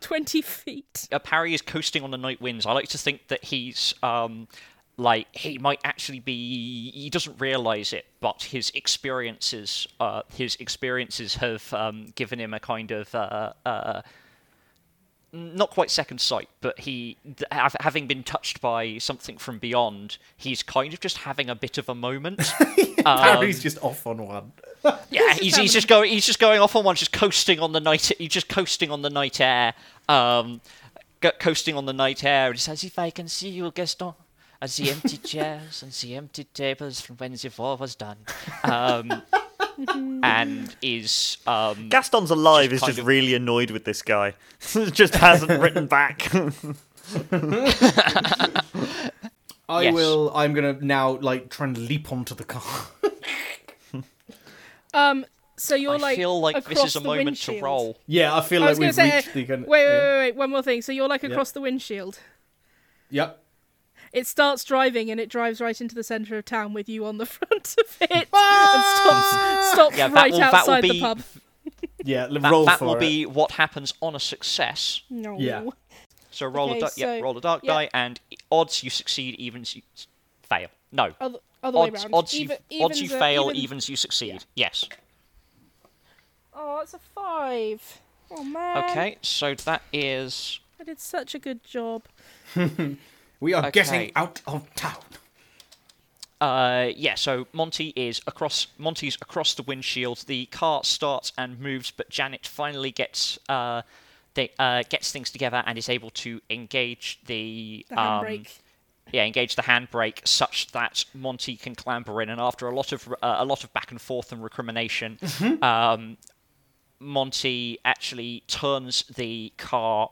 Speaker 6: twenty feet.
Speaker 3: uh, Parry is coasting on the night winds. I like to think that he's um, like he might actually be. He doesn't realize it, but his experiences, uh, his experiences have um, given him a kind of. Uh, uh, not quite second sight, but he, th- hav- having been touched by something from beyond, he's kind of just having a bit of a moment.
Speaker 4: Harry's just off on one.
Speaker 3: Yeah, he's, he's just going. He's just going off on one, just coasting on the night. He's just coasting on the night air. Um, go, coasting on the night air. It's as if I can see you, Gaston, as the empty chairs and the empty tables from when the war was done. Um, and is um,
Speaker 2: Gaston's alive is
Speaker 3: Just kind
Speaker 2: just
Speaker 3: of-
Speaker 2: really annoyed with this guy. just hasn't written back.
Speaker 4: I
Speaker 3: Yes.
Speaker 4: will. I'm gonna now like try and leap onto the car.
Speaker 6: Um, so you're
Speaker 3: I
Speaker 6: like
Speaker 3: feel like this
Speaker 6: across
Speaker 3: is a
Speaker 6: the
Speaker 3: moment
Speaker 6: windshield.
Speaker 3: to roll.
Speaker 4: Yeah, I feel
Speaker 6: I
Speaker 4: like
Speaker 6: was gonna
Speaker 4: we've
Speaker 6: say,
Speaker 4: reached the.
Speaker 6: wait,
Speaker 4: Kind
Speaker 6: wait, wait, wait, one more thing. So you're like across the windshield.
Speaker 4: Yep.
Speaker 6: It starts driving and it drives right into the centre of town with you on the front of it and stops, stops
Speaker 3: Yeah, that
Speaker 6: right
Speaker 3: will- that will
Speaker 6: outside the
Speaker 3: be-
Speaker 6: pub.
Speaker 4: Yeah. l-
Speaker 3: That,
Speaker 4: roll
Speaker 3: that
Speaker 4: for
Speaker 3: will
Speaker 4: it.
Speaker 3: be what happens on a success.
Speaker 6: No.
Speaker 4: Yeah.
Speaker 3: So roll
Speaker 6: Okay,
Speaker 3: a dark, yeah,
Speaker 6: so-
Speaker 3: roll a dark
Speaker 6: yeah.
Speaker 3: die, and odds you succeed, evens you s- fail. No,
Speaker 6: Other, other way
Speaker 3: odds,
Speaker 6: round.
Speaker 3: odds you,
Speaker 6: Even-
Speaker 3: odds you
Speaker 6: evens are-
Speaker 3: fail,
Speaker 6: even-
Speaker 3: evens you succeed. Yes.
Speaker 6: Oh, it's a five. Oh man.
Speaker 3: Okay, so that is
Speaker 6: I did such a good job.
Speaker 4: We are
Speaker 3: Okay.
Speaker 4: getting out of town.
Speaker 3: uh yeah, so Monty is across Monty's across the windshield. The car starts and moves, but Janet finally gets uh they uh gets things together and is able to engage the,
Speaker 6: The
Speaker 3: um,
Speaker 6: handbrake.
Speaker 3: yeah, engage the handbrake such that Monty can clamber in. And after a lot of uh, a lot of back and forth and recrimination, um, Monty actually turns the car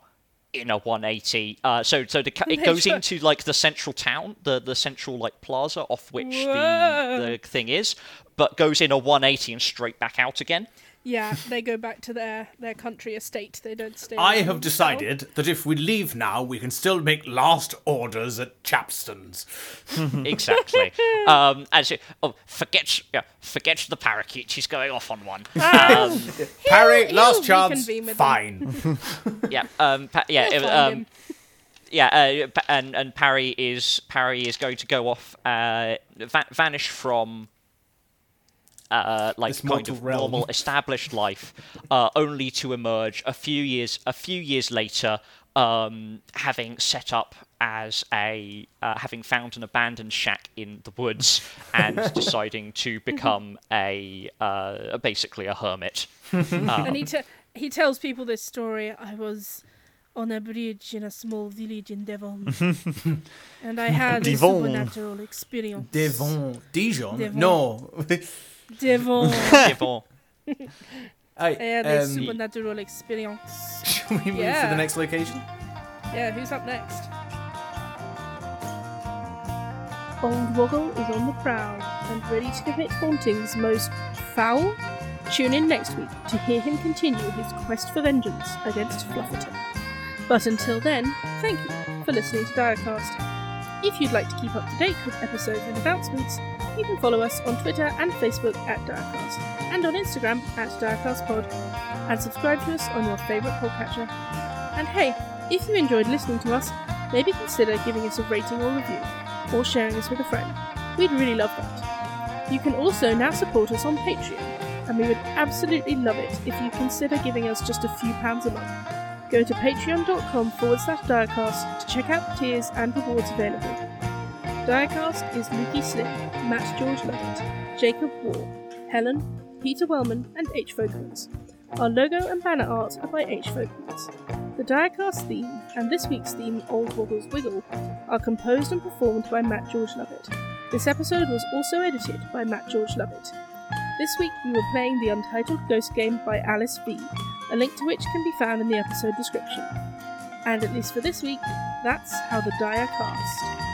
Speaker 3: in a 180. Uh, so so the, ca- it
Speaker 6: They
Speaker 3: goes
Speaker 6: tr-
Speaker 3: into like the central town, the the central like plaza off which
Speaker 6: Whoa.
Speaker 3: the, the thing is, but goes in a 180 and straight back out again.
Speaker 6: yeah, they go back to their their country estate. They don't stay.
Speaker 7: I
Speaker 6: around
Speaker 7: have
Speaker 6: town.
Speaker 7: decided that if we leave now, we can still make last orders at Chapston's.
Speaker 3: exactly. Um, as it, oh, forget yeah, forget the parakeet. She's going off on one.
Speaker 7: Parry,
Speaker 6: he'll
Speaker 7: last chance.
Speaker 6: reconvene with them.
Speaker 7: Fine.
Speaker 3: yeah, um, pa- yeah,
Speaker 6: They'll
Speaker 3: it-
Speaker 6: find
Speaker 3: um,
Speaker 6: him.
Speaker 3: yeah, uh, pa- and and Parry is Parry is going to go off, uh, va- vanish from. Uh, like
Speaker 4: This
Speaker 3: kind
Speaker 4: mortal
Speaker 3: of
Speaker 4: realm.
Speaker 3: normal established life, uh, only to emerge a few years a few years later, um, having set up as a uh, having found an abandoned shack in the woods and deciding to become a uh, basically a hermit.
Speaker 6: and he, te- he tells people this story. I was on a bridge in a small village in Devon, and I had a
Speaker 2: Devon.
Speaker 6: supernatural experience.
Speaker 7: Devon. Dijon?
Speaker 6: Devon.
Speaker 7: No.
Speaker 6: Devon.
Speaker 3: Devon.
Speaker 4: I,
Speaker 6: I had a
Speaker 4: um,
Speaker 6: supernatural experience.
Speaker 4: Shall we move to
Speaker 6: Yeah.
Speaker 4: the next location?
Speaker 6: Yeah, who's up next?
Speaker 1: Old Woggle is on the prowl and ready to commit hauntings most foul. Tune in next week to hear him continue his quest for vengeance against Flufferton. But until then, thank you for listening to Diacast. If you'd like to keep up to date with episodes and announcements, you can follow us on Twitter and Facebook at Diacast, and on Instagram at DiacastPod, and subscribe to us on your favourite podcatcher. And hey, if you enjoyed listening to us, maybe consider giving us a rating or review, or sharing us with a friend. We'd really love that. You can also now support us on Patreon, and we would absolutely love it if you consider giving us just a few pounds a month. Go to patreon.com forward slash diacast to check out the tiers and rewards available. Diacast is Nikki Slick, Matt George Lovett, Jacob War, Helen, Peter Wellman, and H. Vocals. Our logo and banner art are by H. Vocals. The Diacast theme and this week's theme, Old Woggles Wiggle, are composed and performed by Matt George Lovett. This episode was also edited by Matt George Lovett. This week we were playing the Untitled Ghost Game by Alice V, a link to which can be found in the episode description. And at least for this week, that's how the Dia cast.